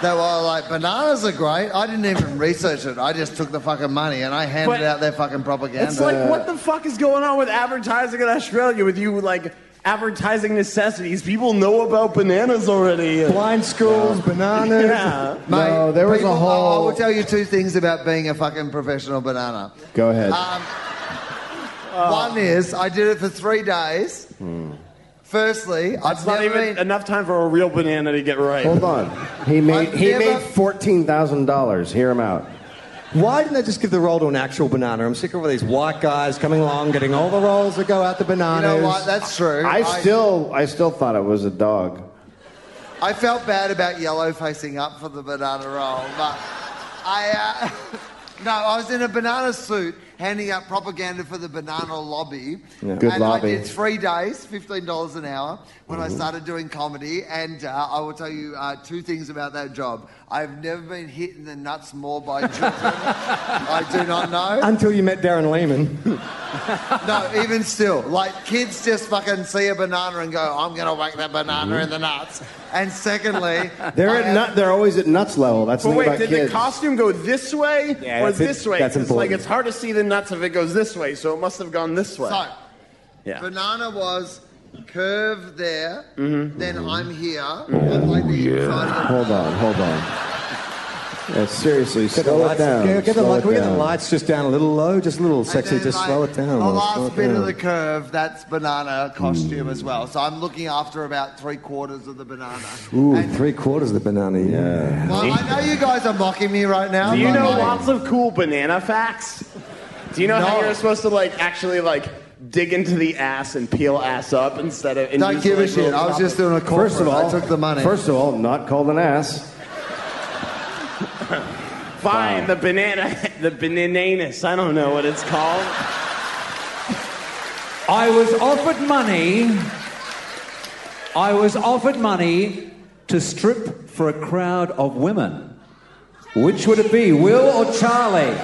they were like, bananas are great. I didn't even research it. I just took the fucking money and I handed
But-
out their fucking propaganda.
It's like, what the fuck is going on with advertising in Australia with you, like, advertising necessities? People know about bananas already. Blind schools,
bananas.
Yeah.
Mate,
No, there was a
people-
whole-
I will tell you two things about being a fucking professional banana.
Go ahead.
Um, One is, I did it for three days.
Hmm.
Firstly, I've
It's not
never
even
been.
enough time for a real banana to get right.
Hold on. He made he
never-
made fourteen thousand dollars. Hear him out.
Why didn't they just give the roll to an actual banana? I'm sick of all these white guys coming along, getting all the rolls that go out the bananas.
That's true.
I
I-
still I still thought it was a dog.
I felt bad about yellow facing up for the banana roll, but I. Uh, no, I was in a banana suit handing out propaganda for the banana lobby.
Yeah, good
and
lobby.
I did three days, $15 an hour, when I
Mhm.
started doing comedy. And uh, I will tell you uh, two things about that job. I've never been hit in the nuts more by children. I do not know.
Until you met Darren Lehman.
No, even still, like kids just fucking see a banana and go, "I'm gonna whack that banana in the nuts." And secondly,
They're
I
at
have-
nut. They're always at nuts level. That's the
But
thing
wait,
about
did
kids.
the costume go this way
Yeah,
or
that's it-
this way?
that's
'Cause,
important.
Like, it's hard to see the nuts if it goes this way, so it must have gone this way.
So,
Yeah.
banana was curve there,
Mm-hmm.
Mhm.
then I'm here.
Hold on, hold on. Yeah, seriously, slow it
lights-
down.
get- get the
slow
light-
it
can we get the
down.
lights just down a little low, just a little sexy, just slow it down.
The
Will, slow
last
it
bit
down. Mm.
of the curve, that's banana costume as well. So I'm looking after about three quarters of the banana.
Ooh, three quarters of the banana. Yeah.
Well, I know you guys are mocking me right now.
Do you
but
know
like-
lots of cool banana facts? Do you know how
No.
you're supposed to like actually like dig into the ass and peel ass up instead of? and
Don't
use,
give a
like,
shit.
little
I was
choppers?
just doing a corporate.
First of all,
I took the money.
First of all, not called an ass.
Fine, the banana, the banananus. I don't know what it's called.
I was offered money. I was offered money to strip for a crowd of women. Which would it be, Will or Charlie?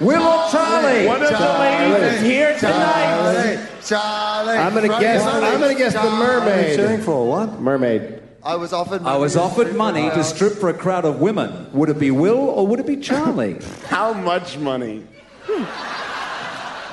Will or Charlie?
One of the ladies is here tonight.
Charlie.
I'm gonna guess. I'm gonna guess the mermaid.
cheering
for what? Mermaid.
I was offered.
I was offered money to strip for a crowd of women. Would it be Will or would it be Charlie?
How much money?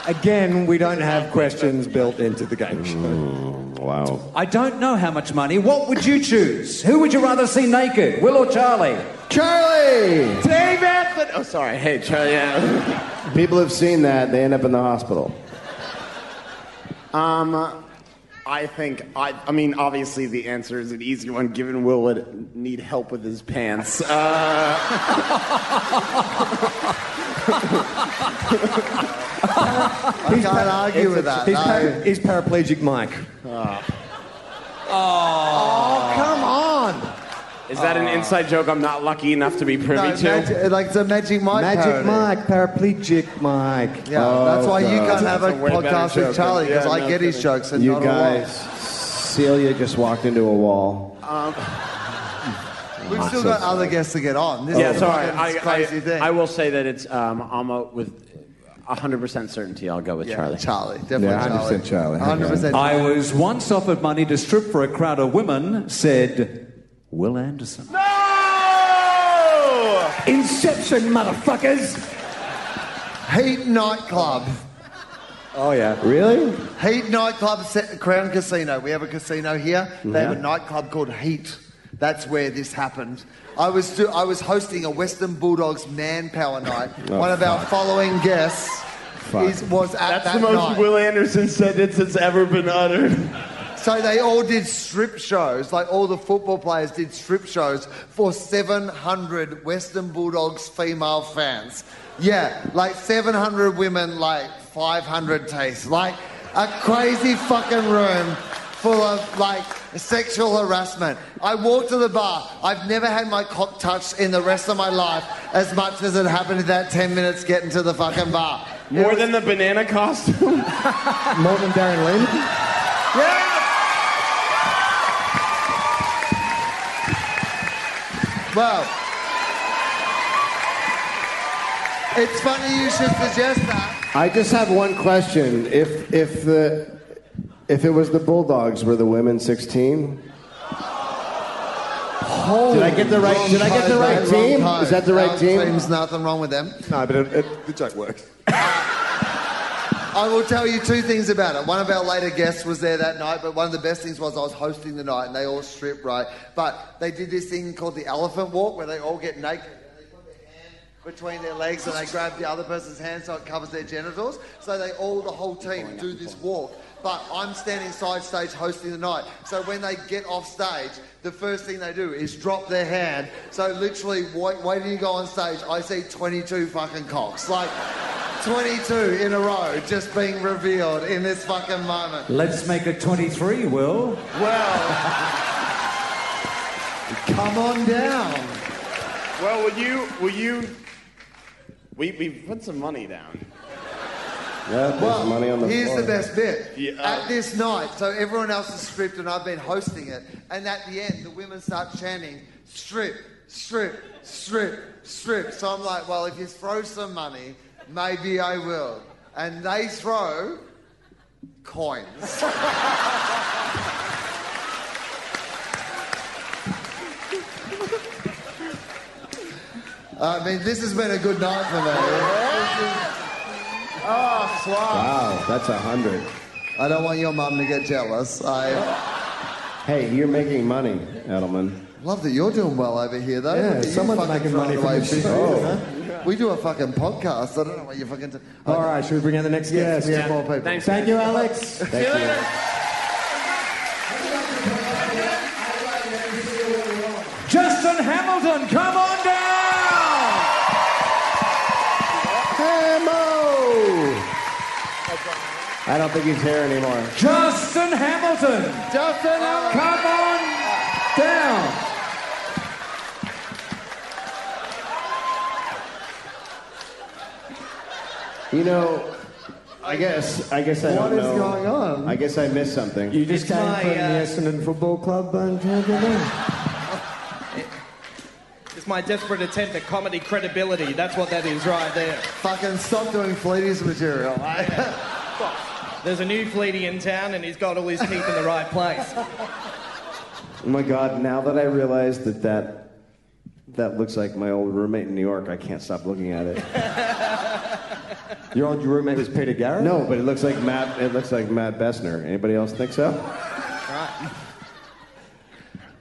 Again, we don't have questions built into the game show.
wow.
I don't know how much money. What would you choose? Who would you rather see naked, Will or Charlie?
Charlie.
Dave Anthony. Oh, sorry. Hey, Charlie. yeah.
People have seen that. They end up in the hospital.
Um, I think I. I mean, obviously the answer is an easy one. Given Will would need help with his pants. Uh,
I can't argue with that.
He's,
no. Ah.
par- he's paraplegic Mike.
Oh, come on.
is that an inside joke? I'm not lucky enough to be privy
No,
to.
magic, like it's a Magic Mike
Magic
parody.
Mike, paraplegic Mike. Oh,
Yeah, that's why
Oh,
you can't have a
That's a way better
podcast
joke
with
than-
Charlie because
yeah,
I
no
get his
kidding.
jokes and
you
not
guys,
all.
Celia just walked into a wall.
Um,
We've still got other guests to get on. This
yeah,
is
sorry.
fucking
I,
crazy
I,
thing.
I will say that it's um, almost with 100% certainty. I'll go with
Yeah,
Charlie.
Charlie, definitely Yeah, 100% Charlie. Charlie. 100%
I was once offered money to strip for a crowd of women, said Will Anderson.
Inception, motherfuckers.
Heat nightclub.
Oh, yeah.
Really?
Heat nightclub, set, Crown Casino. We have a casino here. They have a
Mhm.
nightclub called Heat. That's where this happened. I was do, I was hosting a Western Bulldogs manpower night.
Oh,
One of our following guests is, was at
That's
that
the most
night.
Will Anderson sentence that's ever been uttered.
So they all did strip shows, like all the football players did strip shows for 700 Western Bulldogs female fans. Yeah, like 700 women, like 500 tastes. Like a crazy fucking room full of like sexual harassment. I walked to the bar. I've never had my cock touched in the rest of my life as much as it happened in that 10 minutes getting to the fucking bar.
More than the banana costume?
More than Darren Lehman?
Well, it's funny you should suggest that.
I just have one question. If if the if it was the Bulldogs, were the women sixteen? Did I get the right? Did I get the right team? Is that the right team?
There's nothing wrong with them.
No, but the joke works.
I will tell you two things about it. One of our later guests was there that night, but one of the best things was I was hosting the night and they all stripped, right? But they did this thing called the elephant walk where they all get naked. and they put their hand Between their legs, and they grab the other person's hand so it covers their genitals. So they all, the whole team, do this walk. But I'm standing side stage hosting the night. So when they get off stage, the first thing they do is drop their hand. So literally, wait, waiting to go on stage, I see 22 fucking cocks. Like, 22 in a row just being revealed in this fucking moment.
Let's make it 23, Will.
Well, come on down.
Well, will you? Will you? We we put some money down.
Yeah, there's
Well,
money on the
here's
floor.
the best bit. At this night, so everyone else is stripped and I've been hosting it, and at the end, the women start chanting, strip, strip, strip, strip. So I'm like, well, if you throw some money, maybe I will. And they throw coins. I mean, this has been a good night for me. Oh,
Wow, that's a hundred.
I don't want your mum to get jealous. I
Hey, you're making money, Edelman.
love that you're doing well over here, though.
Yeah,
Look at you
someone's
fucking
making money
throwing
from
away
this
shit.
shit, Oh.
We do a fucking podcast. I don't know what you fucking do.
All right, should we bring out the next guest?
Yes, we have more people.
Thanks, Thank you, Alex.
Thank you.
Justin Hamilton, come on down!
Hamo! I don't think he's here anymore.
Justin Hamilton!
Justin Hamilton!
Come on down!
You know, I guess I guess I
What
don't
is
know.
going on?
I guess I missed something.
You just came
my,
from
uh,
the Essendon Football Club, and
It's my desperate attempt at comedy credibility. That's what that is right there.
Fucking stop doing Fleeties material.
There's a new fleety in town and he's got all his teeth in the right place.
Oh my God! Now that I realize that that that looks like my old roommate in New York, I can't stop looking at it.
Your old roommate was Peter Garrett.
No, but it looks like Matt. It looks like Matt Bessner. Anybody else think so?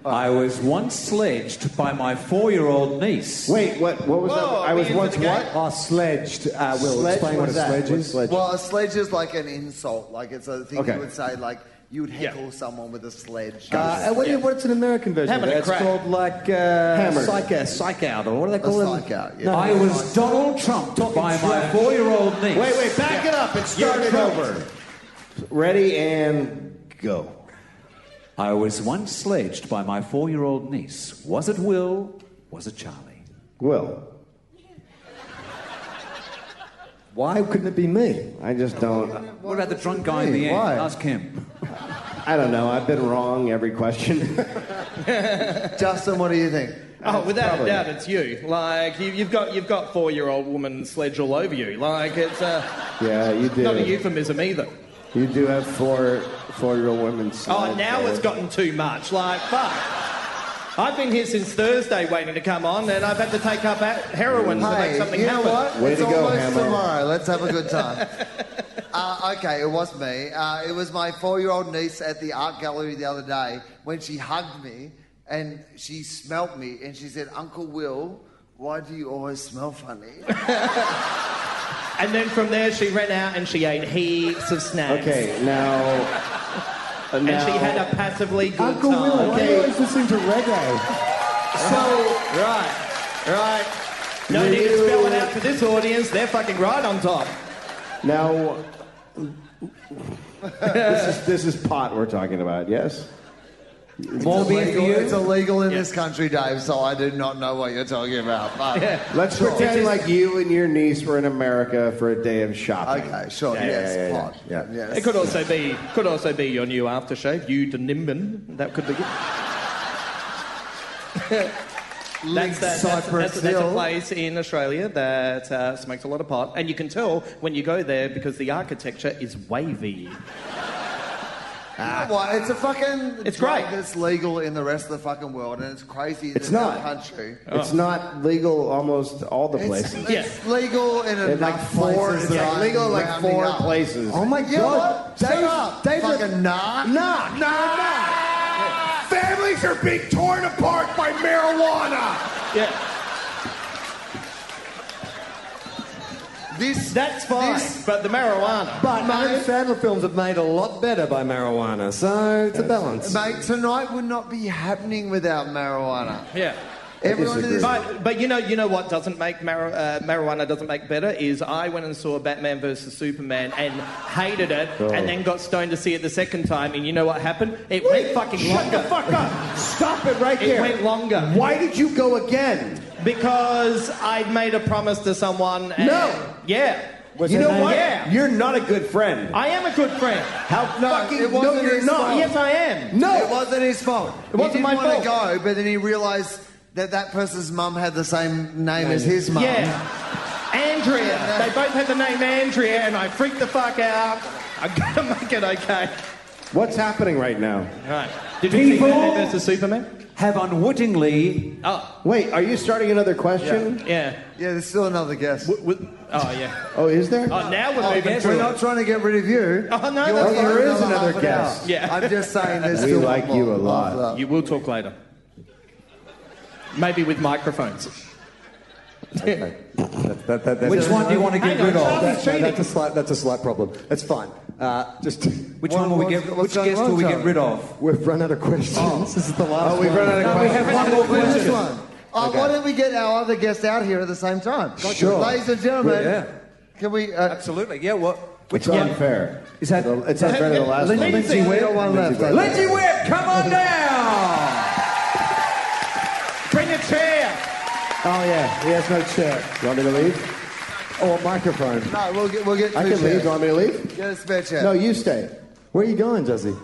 I was once sledged by my four year old niece.
Wait, what, what was
Whoa, I was once what?
Oh, sledged. Uh, Will,
Sledge,
explain what a
what's that?
sledge is.
Well, a sledge is like an insult. Like it's a thing
Okay.
you would say. Like you would heckle someone with a sledge.
Uh, what do you- what's an American version?
Having
of that?
a
It's
crack.
called like uh,
Hammered.
psych, uh, psych out, or what do they call it?
psych out, yeah.
I was Donald Trump by my four year old niece.
Wait, wait, back it up. It started over. Ready and go.
I was once sledged by my four year old niece. Was it Will? Was it Charlie?
Will.
Why couldn't it be me?
I just don't.
What about the drunk guy in the end?
Why?
Ask him.
I don't know. I've been wrong every question.
Justin, what do you think?
Oh, without
Probably.
a doubt, it's you. Like you, you've got you've got four-year-old woman sledge all over you. Like it's uh,
yeah, you do.
not a euphemism either.
You do have four four-year-old women.
Oh, now it's gotten too much. Like fuck. I've been here since Thursday waiting to come on, and I've had to take up a- heroin to make
Hey,
something
you know
happen.
what? it's almost tomorrow. Let's have a good time. uh, okay, it was me. Uh, it was my four-year-old niece at the art gallery the other day when she hugged me and she smelt me and she said, "Uncle Will, why do you always smell funny?"
And then from there, she ran out and she ate heaps of snacks.
Okay, now.
and
now-
she had a passively good
Uncle
time.
Will, why are you always
listening to reggae?
So right, right. No need to spell it out to this audience. They're fucking right on top.
Now, this is this is pot we're talking about. Yes.
it's illegal, It's illegal in this country, Dave. So I do not know what you're talking about. But
Let's
Sure.
pretend like you and your niece were in America for a day of shopping.
Okay, sure. yes, pot.
yeah.
It could also be could also be your new aftershave, you de Nimbin. That could be. That's, that, that's, that's, that's a place in Australia that uh, smokes a lot of pot, and you can tell when you go there because the architecture is wavy.
You know what? It's a fucking. It's drug That's legal in the rest of the fucking world, and it's crazy.
It's
in
not.
Our country.
Oh.
It's not legal almost all the
It's,
places.
it's legal in
In like
enough
four,
places
it's
that
like
I'm
legal in like
rounding
four
up.
places.
Oh my god! Shut up! fucking knock,
knock,
knock.
Families are being torn apart by marijuana.
Yeah.
This
that's fine, but the marijuana.
But
Mate.
Adam Sandler films have made a lot better by marijuana, so it's a balance.
Mate, tonight would not be happening without marijuana.
Yeah.
Everyone in this-
But, but you know, you know what doesn't make mar- uh, marijuana doesn't make better is I went and saw Batman versus Superman and hated it,
Oh.
and then got stoned to see it the second time, and you know what happened? It went fucking
Shut
longer.
the fuck up. Stop it right
It
there.
went longer.
Why did you go again?
Because I'd made a promise to someone. And
No.
Yeah.
You know what?
Yeah.
You're not a good friend.
I am a good friend.
How fucking
it wasn't
no, you're
his
not.
fault.
Yes, I am.
it wasn't his fault.
It wasn't
he didn't
my
want
fault.
to go, but then he realised that that person's mum had the same name as his mum.
Yeah. Andrea. They both had the name Andrea, and I freaked the fuck out. I gotta make it okay.
What's happening right now?
Right. Did you see Batman versus Superman?
Have unwittingly.
Oh.
Wait, are you starting another question?
Yeah.
Yeah, there's still another guest.
Oh yeah.
Oh, is there?
Oh, now we're
Oh,
moving
yes,
to
we're
it.
not trying to get rid of you.
Oh, no,
You're
that's
here
fine.
for
There's
another
another
half an
guest.
hour.
Yeah.
I'm just saying there's
We
still
like
one
you
more.
a lot.
You will talk later. Maybe with microphones.
That- that- that- that-
Which one do you want to get rid of?
That- that- that's, a slight, that's a slight problem. That's fine. Uh, just
Which one will we get? Which
what's going
guest
wrong,
will we get
Charlie?
rid of?
We've run out of questions. This is the last.
Oh, we've
one.
run out of No, we questions. have
One more question. One. Uh,
Okay.
Why don't we get our other guest out here at the same time?
Sure.
Ladies and gentlemen,
Yeah.
can we... Uh,
Absolutely. Yeah. What?
It's
Which one?
unfair.
Is that?
It's unfair to the last
Lindsay-
one.
Lindsay Webb? Got one left.
Webb.
Lindsay Webb, come on down.
Bring a chair.
Oh yeah, he has no chair.
You want me to leave? Oh,
Or a microphone.
No, we'll get, we'll get two
I can
chairs.
leave. You want me to leave?
Get a spare chair.
No, you stay.
Where are you going, Jesse?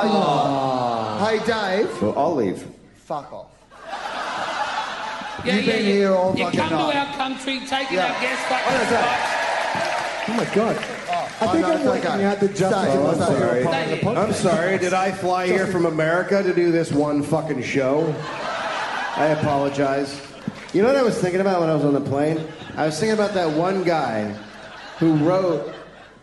Hey, Dave.
Oh. Well, I'll leave.
Fuck off.
Yeah,
You've
yeah,
been
yeah.
here all
you
fucking
come
night.
to our country, taking
Yeah.
our guests back
What
to
is
the
Oh my god. I think
no,
I'm
it's
working
okay.
out the
Stay.
Justin
Oh, I'm
Timberlake
sorry.
part of the podcast.
I'm sorry. Did I fly here from America to do this one fucking show? I apologize. You know what I was thinking about when I was on the plane? I was thinking about that one guy who wrote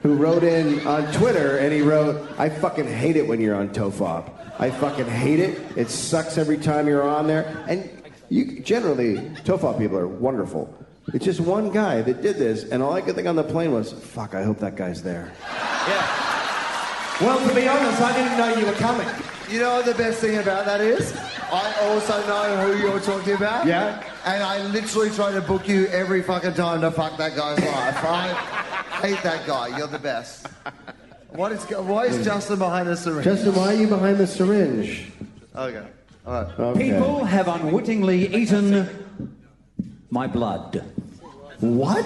who wrote in on Twitter and he wrote, "I fucking hate it when you're on Tofop. I fucking hate it. It sucks every time you're on there." And you generally Tofop people are wonderful. It's just one guy that did this, and all I could think on the plane was, "Fuck, I hope that guy's there."
Well, to be honest, I didn't know you were coming.
You know what the best thing about that is? I also know who you're talking about.
Yeah.
And I literally try to book you every fucking time to fuck that guy's life. I hate that guy. You're the best. What is, go- why is Justin behind us? syringe?
Justin, why are you behind the syringe?
Okay. All right.
Okay.
People have unwittingly eaten my blood.
What?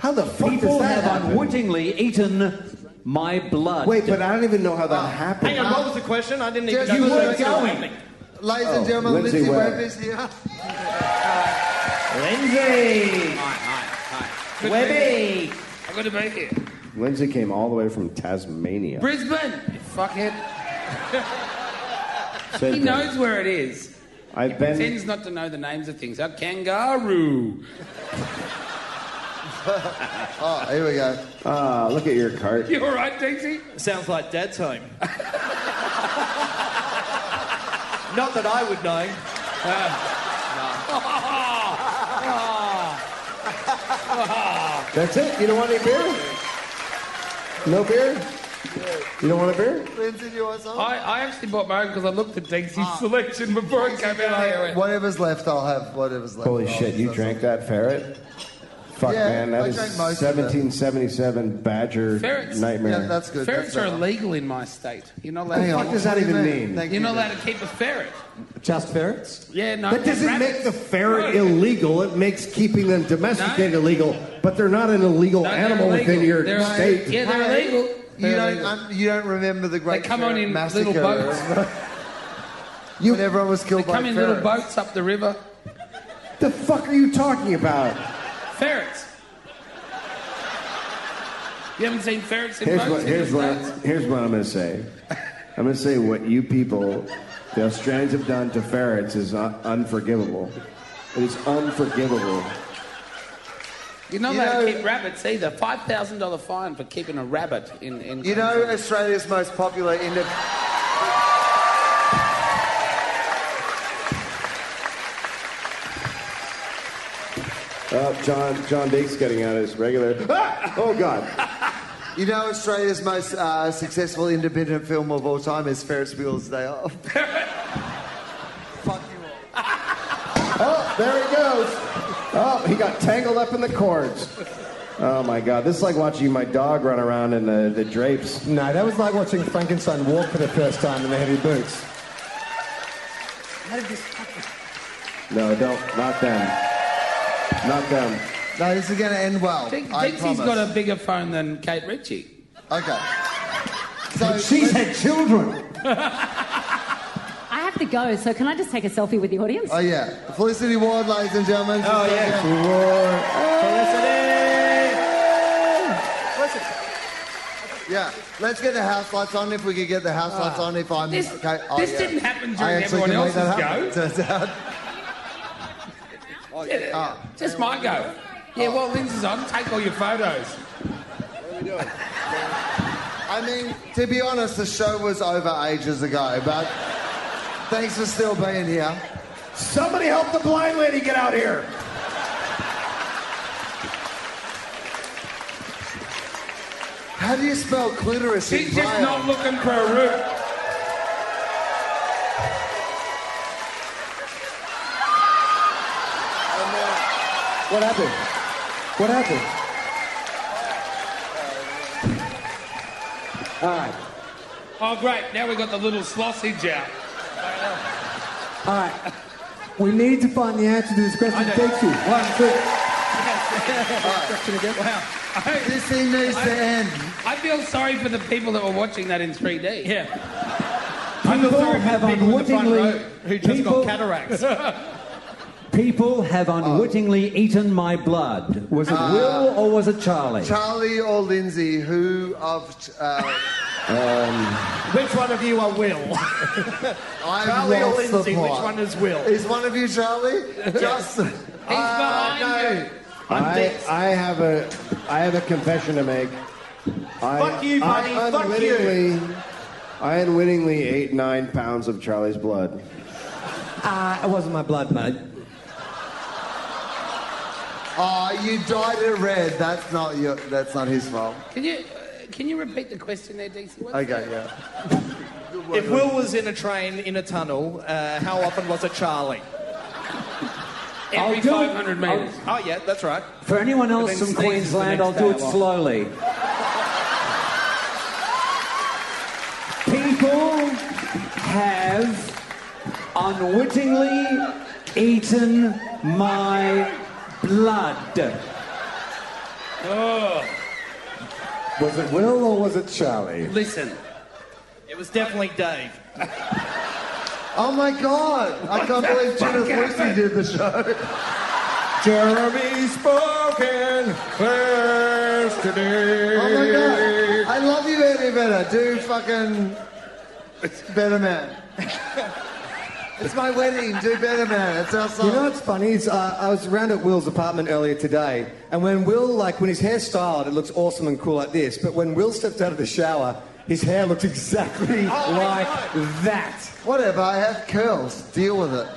How the fuck
People
does that
have
happen?
unwittingly eaten my blood.
Wait, but I don't even know how that happened.
Hang on, what was the question? I didn't even
Just
know
you
you
were
were
going.
going.
Ladies
Oh,
and gentlemen,
Lindsay
Lindsay, Webb
Webb.
is here.
Lindsay!
Hi, hi, hi. Good to be here.
Webby!
I'm good to be here.
Lindsay came all the way from Tasmania.
Brisbane, you fuckhead.
Same
He
thing.
knows where it is.
I've
He
been.
pretends not to know the names of things. A kangaroo.
Oh, here we go.
Ah, look at your cart.
You all right, Dixie?
Sounds like Dad's home. Not that I would know. Uh,
That's it. You don't want any beer? No beer? You don't want a beer?
Lindsay, do you want some?
I, I actually bought my own because I looked at Dixie's selection before it came out here. I went,
Whatever's left, I'll have whatever's left.
Holy
I'll-
shit! You
that's
drank that ferret? Fuck
Yeah,
man,
I
that is
drank most of it.
1777 Badger
Ferrets.
all.
nightmare.
Yeah, that's good.
Ferrets are
that's better.
illegal in my state. You're not allowed.
Hang
to
on,
keep-
what does that
What do you
even
mean?
mean?
Thank
You're
you.
not allowed to keep a ferret.
Just ferrets?
Yeah, no.
That doesn't
rabbits.
make the ferret illegal. It makes keeping them domesticated
No.
illegal. But they're not an illegal
No, they're
animal within
illegal.
your
They're-
state.
Yeah, they're
Hey,
illegal.
You
They're
don't,
illegal.
um, you don't remember the
They
Great
come on
Ferret
in
massacre
little boats.
when everyone was
They
killed by
come in
ferrets.
little boats up the river.
The fuck are you talking about?
Ferrets. You haven't seen ferrets in
Here's
boats?
what, here's, what, here's what I'm going to say. I'm going to say what you people, the Australians, have done to ferrets is un- unforgivable. It is unforgivable.
You're not
You
allowed
know-
to keep rabbits either. $5,000 fine for keeping a rabbit in. in
You know Australia's most popular indoor.
Oh, John, John Dake's getting out his regular. Ah! Oh, God.
You know Australia's most uh, successful independent film of all time is Ferris Bueller's Day Off.
Oh, there he goes. Oh, he got tangled up in the cords. Oh my God! This is like watching my dog run around in the, the drapes.
No, that was like watching Frankenstein walk for the first time in the heavy boots.
How did this happen?
No, don't, not them, not them.
No, this is going to end well. I
has
promise.
got a bigger phone than Kate Ritchie.
Okay.
She's had children.
I have to go, so can I just take a selfie with the audience?
Oh yeah, Felicity Ward, ladies and gentlemen.
Oh,
yeah, Yeah, let's get the house lights on if we could get the house lights on. If I'm
Ah. This-
okay. oh,
this didn't happen during
I actually
everyone
can make
else's
that happen, it Turns out.
Yeah, Oh. just my go. Yeah, while Lindsay's on, take all your photos.
I mean, to be honest, the show was over ages ago, but thanks for still being here.
Somebody help the blind lady get out here.
How do you spell clitoris? in
She's just
braille?
not looking for a root.
What happened? What happened?
All right. Oh, great. Now we've got the little sausage out.
All right. We need to find the answer to this question. Takes you. One, two.
Wow.
This thing needs to end.
I feel sorry for the people that were watching that in 3D. Yeah. I feel
People
sorry for
have
the people in the front
unwittingly-
row who just
people-
got cataracts.
People have
Oh.
unwittingly eaten my blood. Was it
Uh,
Will or was it Charlie?
Charlie or Lindsay, who of uh,
Which one of you are Will?
I've
Charlie or
lost the
Lindsay, which
plot.
one is Will?
Is one of you Charlie? Just uh, he's behind you.
I, I have a I have a confession to make. I,
Fuck you, buddy.
I
Fuck you.
unwittingly, I unwittingly ate nine pounds of Charlie's blood. Uh,
Ah, it wasn't my blood, mate.
Oh, you died at red. That's not your. That's not his fault.
Can you, uh, can you repeat the question there, DC? What's
Okay, yeah.
If Will was in a train in a tunnel, uh, how often was it Charlie?
I'll
Every
do it.
500 metres. Oh, yeah, that's right.
For anyone
But
else
then
from
sneezes
Queensland,
the
I'll
next
do it
day a lot.
slowly. People have unwittingly eaten my blood.
Oh.
Was it Will or was it Charlie?
Listen, it was definitely Dave.
Oh my God! I can't believe Judith Lucy did the show.
Jeremy spoken first today.
Oh my God! I love you, Eddie Vedder. Do fucking better, man. It's my wedding. Do better, man. It's our song.
You know what's funny is uh, I was around at Will's apartment earlier today, and when Will, like, when his hair's styled, it looks awesome and cool like this, but when Will steps out of the shower, his hair looks
Oh,
exactly like that.
Whatever. I have curls. Deal with it.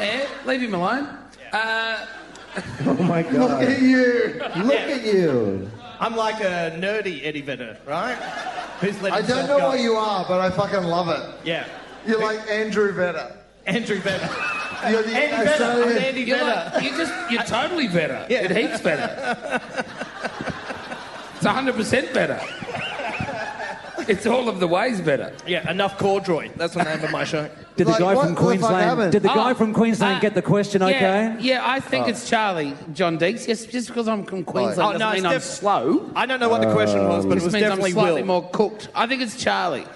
Eh, leave him alone. Uh,
Oh my God!
Look at you. Look at you.
I'm like a nerdy Eddie Vedder, right? Who's let
I
himself
don't know
go.
what you are, but I fucking love it.
Yeah.
You're like Andrew Vedder.
Andrew Vedder.
You're the
Andy Vedder. I'm
Australian.
Andy
you're,
Vedder.
like, you're just, you're totally better.
Yeah.
It heaps better. It's 100% better. It's all of the ways better.
Yeah, enough corduroy. That's the name of my show.
Did the
Like,
guy
what
from
the fuck
Queensland?
happened?
Did the
Oh,
guy from Queensland
uh,
get the question?
yeah,
Okay.
Yeah, I think it's Charlie, John Deeks. Yes, just because I'm from Queensland
Oh, no,
doesn't
it's
mean I'm
def-
slow.
I don't know what the question was, but it
Just
was
means
definitely
I'm slightly
Will.
more cooked. I think it's Charlie.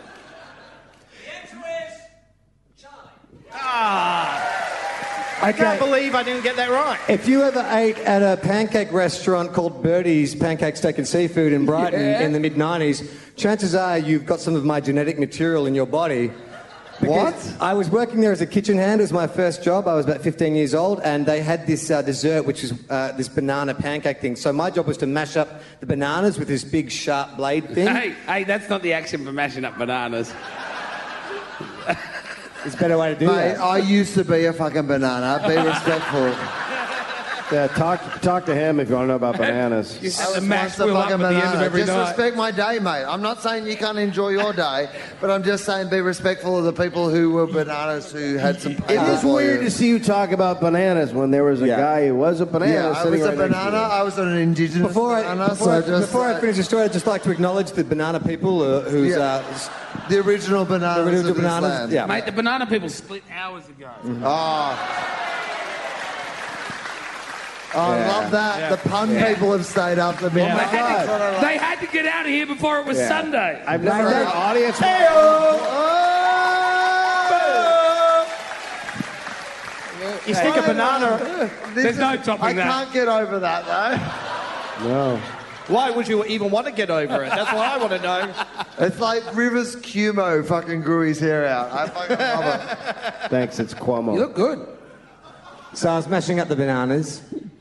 Ah. I can't believe I didn't get that right.
If you ever ate at a pancake restaurant called Birdie's Pancake Steak and Seafood in Brighton
Yeah.
in the mid 90s, chances are you've got some of my genetic material in your body. What? I was working there as a kitchen hand. It was my first job. I was about 15 years old, and they had this uh, dessert, which is uh, this banana pancake thing. So my job was to mash up the bananas with this big sharp blade thing.
Hey, hey, that's not the action for mashing up bananas.
It's a better way to do
Mate,
that.
I used to be a fucking banana. Be respectful.
Yeah, talk talk to him if you want to know about bananas.
I was once a fucking banana. Just respect my day, mate. I'm not saying you can't enjoy your day, but I'm just saying be respectful of the people who were bananas who had some pain.
It is
before
weird
you.
to see you talk about bananas when there was a guy who was a banana.
Yeah, I
sitting
was a
right next to
banana.
you.
I was an indigenous
Before I,
banana.
before, I,
so just,
before I finish the story, I'd just like to acknowledge the banana people uh, who's.
Yeah.
Uh, s-
the original bananas.
original
of this
bananas,
land.
yeah.
Mate, the banana people split hours ago.
Ah. Oh, I
Yeah.
love that.
Yeah.
The pun
Yeah.
people have stayed up the midnight.
they, had to, they had to get out of here before it was
Yeah.
Sunday.
I've never Like heard that.
audience.
Oh!
Ah!
You stick a banana.
This
There's no
is-
topping
I
that.
can't get over that though.
No.
Why would you even want to get over it? That's what I want to know.
It's like Rivers Cuomo fucking grew his hair out. I fucking love it.
Thanks, it's Cuomo.
look good. So I was mashing up the bananas.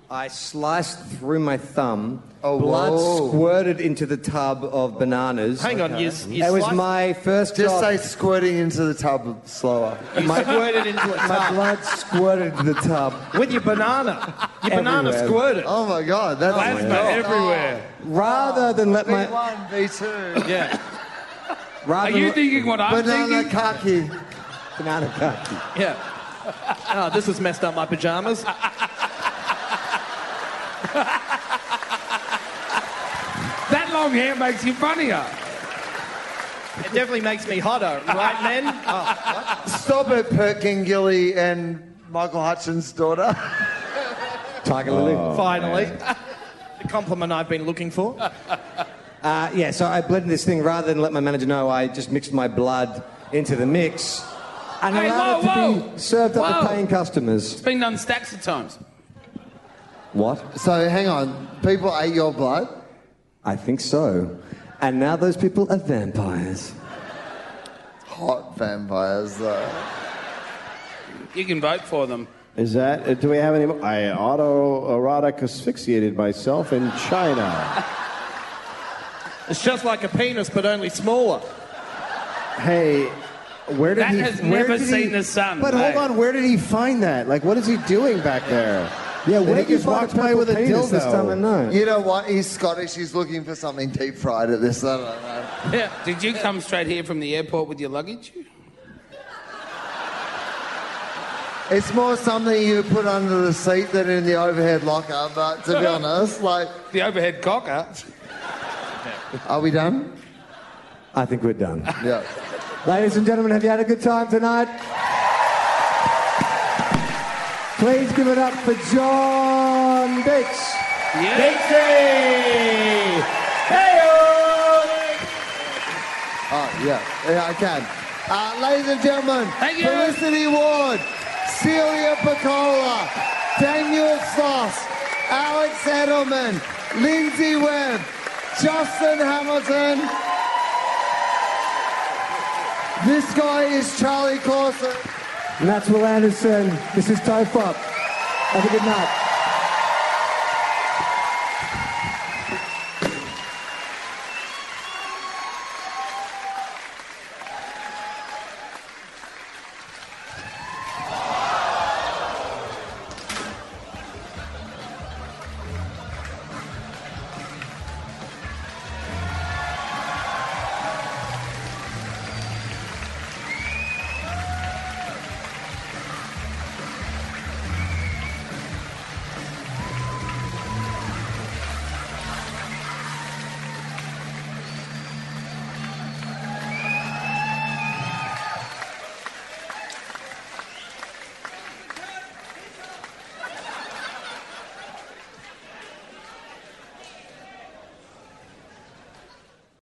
I sliced through my thumb. Oh, blood
whoa.
squirted into the tub of bananas.
Hang on, you s- you
That was
sliced-
my first
Just
job.
say squirting into the tub slower.
my,
squirted into a
my
tub.
blood squirted into the tub.
With your banana. Your banana
Everywhere.
squirted.
Oh my god, that's
Plasma everywhere.
Rather than let my
V1, V2.
Yeah.
rather
Are you
than-
thinking what I'm
Banana
thinking?
khaki.
banana khaki.
Yeah. Oh, this has messed up my pajamas.
That long hair makes you funnier.
It definitely makes me hotter, right, men? Oh,
Stop it, Pert Gilly and Michael Hutchins' daughter.
Tiger Lily.
finally. The compliment I've been looking for.
Uh, yeah, so I blended this thing rather than let my manager know. I just mixed my blood into the mix and
Hey,
allowed
whoa,
it to
whoa.
be served up to
Whoa.
paying customers.
It's been done stacks of times.
What?
So hang on, people ate your blood.
I think so. And now those people are vampires.
Hot vampires. Though.
You can vote for them.
Is that? uh, Do we have any? More? I autoerotic asphyxiated myself in China.
It's just like a penis, but only smaller.
Hey, where did
That
he?
has
where
never
did
seen
he,
the sun,
But
mate.
hold on, where did he find that? Like, what is he doing back there?
Yeah,
Did
where
he
did you
just
find
walked
a
by with a
purple
dildo.
penis this time of night?
You know what? He's Scottish. He's looking for something deep fried at this. I don't know.
Yeah. Did you come straight here from the airport with your luggage?
It's more something you put under the seat than in the overhead locker. But to be honest, like,
The overhead cocker.
are we done?
I think we're done.
Yeah.
Ladies and gentlemen, have you had a good time tonight? Please give it up for John Dix.
Dixie!
Oh yeah, yeah, I can. Uh, ladies and gentlemen,
Thank you.
Felicity Ward, Celia Piccola, Daniel Sloss, Alex Edelman, Lindsay Webb, Justin Hamilton. This guy is Charlie Corson.
And that's Will Anderson. This is Tofop. Have a good night.